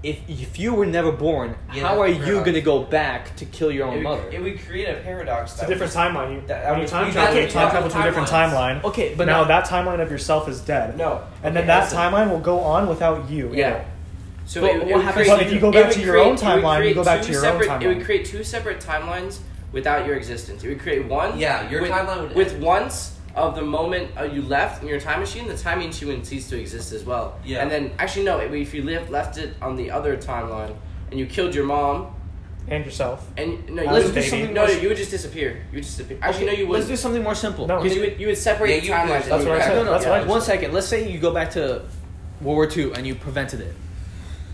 if if you were never born, Yeah, how are that's you paradox. gonna go back to kill your It own would, mother? it would create a paradox. It's a that different timeline. You, That- that when you would- time you travel, gotta you time travel have to a different timeline. okay, but But now not- that timeline of yourself is dead. No. And then Okay, that listen. timeline will go on without you. Yeah. So But it, what it would happens create, But if you go back it would to your create- own it would timeline, you create go back two to your own separate- It timeline. would create two separate timelines without your existence. It would create one. Yeah, your with, timeline would with end. once of the moment uh, you left in your time machine, the time machine would cease to exist as well. Yeah. And then actually no, it, if you lived, left it on the other timeline and you killed your mom And yourself. and no, As you a would baby. no, no, you would just disappear. You would just disappear. Actually, no, you Let's do wouldn't. something more simple. No. Because you would you would separate Yeah, the you- timelines. that's and you what would I said. crack- No, no, That's yeah, what I one second. Let's say you go back to World War II and you prevented it.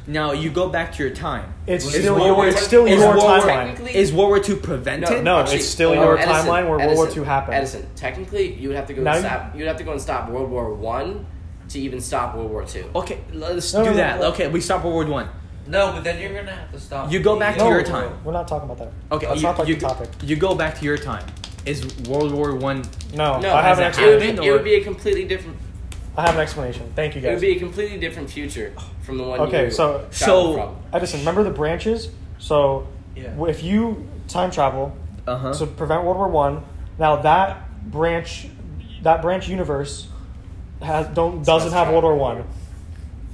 Now you go back to your time. It's Is still World your, War it's Two- still is your World War- timeline. Technically- Is World War II prevented? No, it's still your timeline where World uh, War Edison, II happened. Edison, technically, you would have to go. Now and you- stop, you would have to go and stop World War One to even stop World War Two. Okay, let's No, do no, no, that. no. Okay, we stop World War One. No, but then you're gonna have to stop. You go back to No. your time. We're not talking about that. Okay, That's you, not like you, the topic. You go back to your time. Is World War One? No, No, I have an has it would, explanation. happened? be, it would be a completely different. I have an explanation. Thank you It would guys. be a completely different future from the one. Okay, you so- got So- from. Edison, remember the branches? So Yeah. w- if you time travel Uh huh. to prevent World War One, now that branch, that branch universe, has don't doesn't have World War One.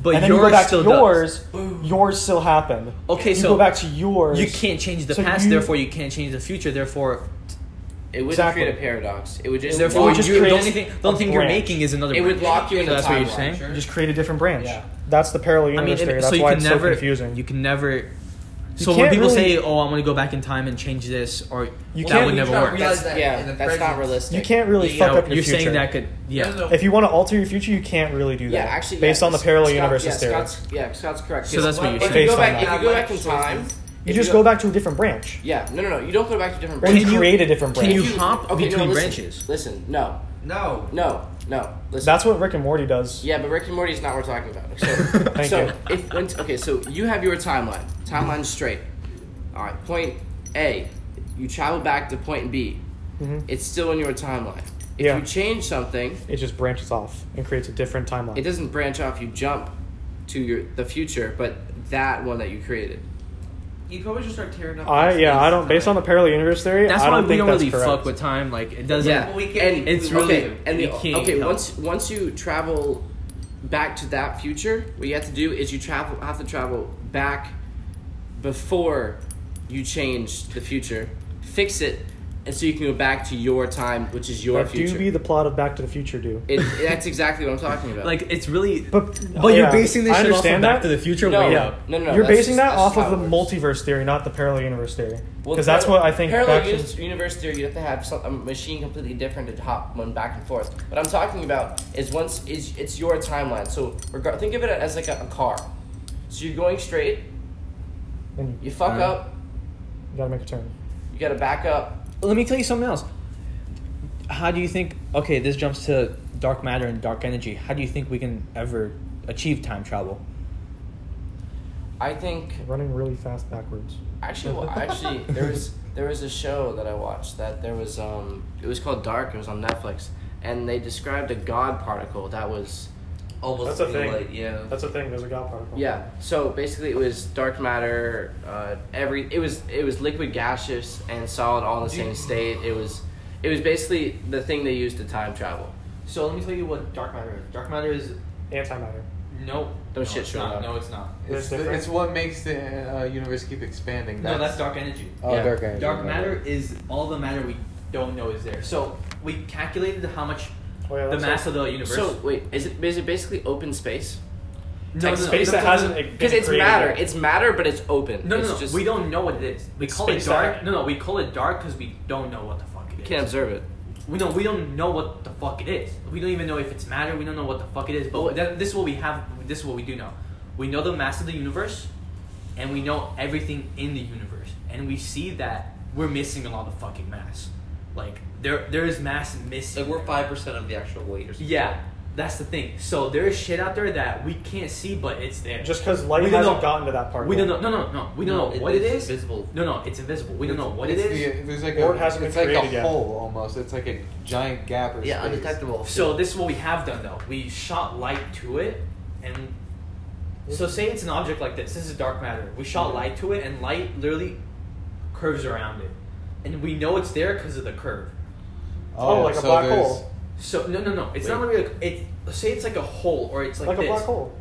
but and then yours you go back still to yours. yours. Yours still happened. Okay, you so go back to yours. You can't change the So past, you- therefore you can't change the future. Therefore, It wouldn't Exactly. create a paradox. It would just And therefore, would just you create the create only thing, the only a thing you're branch? making is another. It would branch. lock you in the That's what you're timeline, saying. sure. Just create a different branch. Yeah. That's the parallel I mean, universe it- theory. That's so you why can it's never. so confusing. You can never. You So when can't people really- say, "Oh, I'm gonna go back in time and change this," or You that can't- would you never can't work. realize That's, that yeah, in the that's not present. realistic. you can't really You fuck know, up your you're future. saying that could yeah. if you want to alter your future, you can't really do that. Yeah, actually, based yeah, on the parallel Scott- universe yeah, theory, Scott's, yeah, Scott's correct. So that's what you're if saying. You go Based on back, if that. you go back in time, you if just go, back to a different branch. Yeah, no, no, no. You don't go back to different Or you branches. Can you- create a different can branch. you hop between listen, branches? Listen, no, No. no, no. Listen. That's what Rick and Morty does. yeah, but Rick and Morty is not what we're talking about. So, <laughs> Thank so you. if when, okay, so you have your timeline. Timeline straight. All right. Point A, you travel back to point B. Mhm. It's still in your timeline. If Yeah. you change something, It just branches off and creates a different timeline. it doesn't branch off. You jump to your the future, but that one that you created. You probably just start tearing up. I yeah, I don't. Based on the parallel universe theory, That's I why don't we think don't that's really correct. fuck with time. Like it doesn't. Yeah, we can't- and It's okay, really- and the, we can't okay. help. Once once you travel back to that future, what you have to do is you travel have to travel back before you change the future, fix it, and so you can go back to your time, which is your What do future. be the plot of Back to the Future do? it, that's exactly what I'm talking about. Like it's really. But But you're basing this I shit off of understand Back that. to the Future no, Oh, way no, up. no, no, You're that's based basing just- that that's off just of how the it works. multiverse theory, not the parallel universe theory. Well, Because that's parallel- what I think. Parallel Back to- uni- universe theory, you have to have some, a machine completely different to hop one back and forth. What I'm talking about is once is it's your timeline. So regard, think of it as like a, a car. So you're going straight. and you You fuck up. gotta make a turn. You gotta back up. Let me tell you something else. How do you think? Okay, this jumps to dark matter and dark energy. How do you think we can ever achieve time travel? I think Running really fast backwards. actually, well, <laughs> actually, there was there was a show that I watched that there was um it was called Dark. It was on Netflix, and they described a god particle that was Almost That's a thing. like yeah. That's the thing. There's a god particle. Yeah. So basically, it was dark matter. Uh, every it was it was liquid, gaseous, and solid all in the same state. It was it was basically the thing they used to time travel. So let me tell you what dark matter is. Dark matter is Antimatter. no. Those no, shit it's showed not. up. No, it's not. There's It's, the- different- it's what makes the uh, universe keep expanding. No, that's dark energy. Oh, Yeah. dark energy. Dark okay. matter is all the matter we don't know is there. So we calculated how much Oh, yeah, the that's mass of the universe. So wait, is it is it basically open space? no, no, no, space no, no, that no, hasn't no. been Because it's created matter. yet. It's matter, but it's open. No, no, it's no. just, we don't know what it is. We It's call it space dark. out. No, no. We call it dark because we don't know what the fuck it you is. can't observe it. We don't. We don't know what the fuck it is. We don't even know if it's matter. We don't know what the fuck it is. But that, this is what we have. This is what we do know. We know the mass of the universe, and we know everything in the universe, and we see that we're missing a lot of fucking mass. Like there, there is mass missing. Like we're five percent of the actual weight or something. Yeah, that's the thing. So there is shit out there that we can't see, but it's there. Just because light We don't hasn't know. gotten to that part. we yet. don't know. No, no, no. We don't know what it it's is. Visible. No, no. It's invisible. We don't know what it is. The, there's like Or a, it hasn't it's been like a created yet. hole almost. It's like a giant gap or Yeah, space. undetectable. So this is what we have done though. We shot light to it, and so say it's an object like this. This is dark matter. We Mm-hmm. shot light to it, and light literally curves around it, and we know it's there because of the curve. Oh, like a so black there's- hole. So no, no, no. It's not really. Like, it say it's like a hole, or it's like, Like, a this. black hole.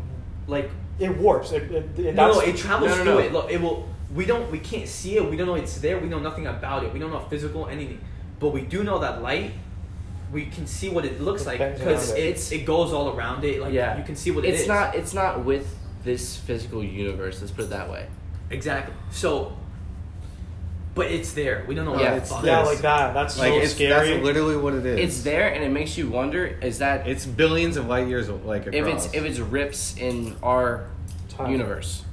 Like It warps. It, it, it, no, that's, no, it travels no, no, through no. it. Look, it will. We don't. We can't see it. We don't know it's there. We know nothing about it. We don't know physical anything, but we do know that light. We can see what it looks It like bends because around it. it's it goes all around it. Like Yeah. you can see what it it's is. not. It's not with this physical universe. Let's put it that way. exactly. So, but it's there. We don't know. Yeah, what the it's fuck yeah, it is. like that. That's Like so it's scary. that's literally what it is. It's there, and it makes you wonder: Is that It's billions of light years like across. if it's if it's rips in our Time. universe,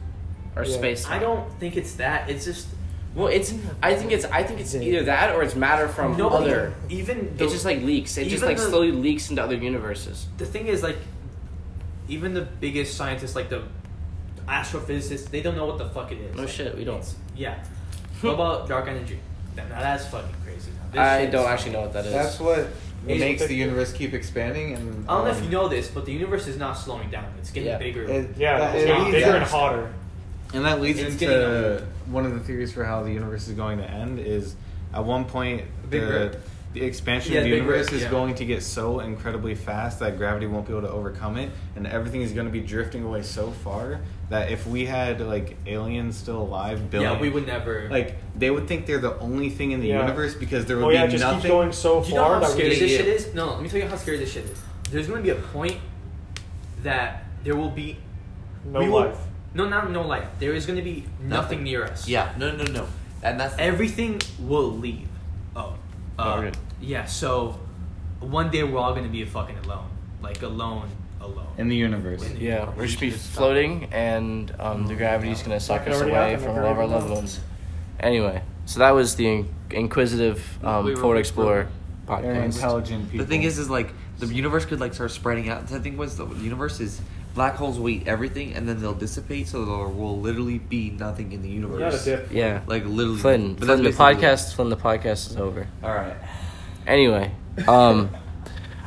our Yeah. space? I don't think it's that. It's just Well, it's. I think it's. I think it's either that or it's matter from nobody. other. Even the, It just like leaks. It just Even like the- slowly leaks into other universes. the thing is like, even the biggest scientists, like the astrophysicists, they don't know what the fuck it is. No Like, shit, we don't. <laughs> Yeah. what about dark energy? Now, now that's fucking crazy. Now, this I shit's- don't actually know what that is. that's what It's- makes the universe keep expanding. And I don't know if um, you know this, but the universe is not slowing down. It's getting Yeah. bigger. it- yeah, that- it's it getting leads bigger up. and hotter. And that leads It's getting into one of the theories for how the universe is going to end is at one point Big the, rip. the expansion Yeah, of the big universe risk, is yeah. going to get so incredibly fast that gravity won't be able to overcome it, and everything is going to be drifting away so far that if we had like aliens still alive, billion, Yeah, we would never. Oh, like they would think they're the only thing in the Yeah. universe because there would Well, Oh, yeah, it be just keeps nothing. going so Do you far know how that scary we this just, shit is? No, let me tell you how scary this shit is. There's going to be a point that there will be no we will- life. no, not no life. There is going to be nothing, Nothing. near us. Yeah, no, no, no. And that's everything will leave. Oh, uh, Okay. yeah. So one day we're all going to be fucking alone, like alone, alone. in the universe. In the Yeah, universe. we're just be floating, and um, the gravity's gonna suck It us already away happened, from it all of our already loved happened. ones. Anyway, so that was the in- inquisitive um, We were- Ford Explorer They're podcast. intelligent people. the thing is, is like the universe could like start spreading out. The thing was the universe is black holes wait everything, and then they'll dissipate, so there will literally be nothing in the You gotta universe. dip. Yeah, Like literally, Flynn, But Flynn, the that's basically it. podcast, Flynn, the podcast is over. All right. Anyway, um,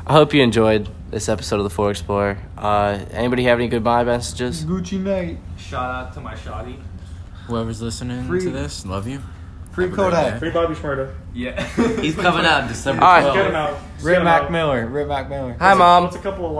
I hope you enjoyed this episode of the Ford Explorer. Uh, anybody have any goodbye messages? Gucci Knight, Shout out to my shoddy. Whoever's listening Free- to this, love you. free Have a great Kodak, day. Free Bobby Schmurda. Yeah. <laughs> He's coming out December. All right. Get 12th. Oh. him out. Get Rip him Mac out. Miller, Rip Mac Miller. Hi, mom. What's a couple of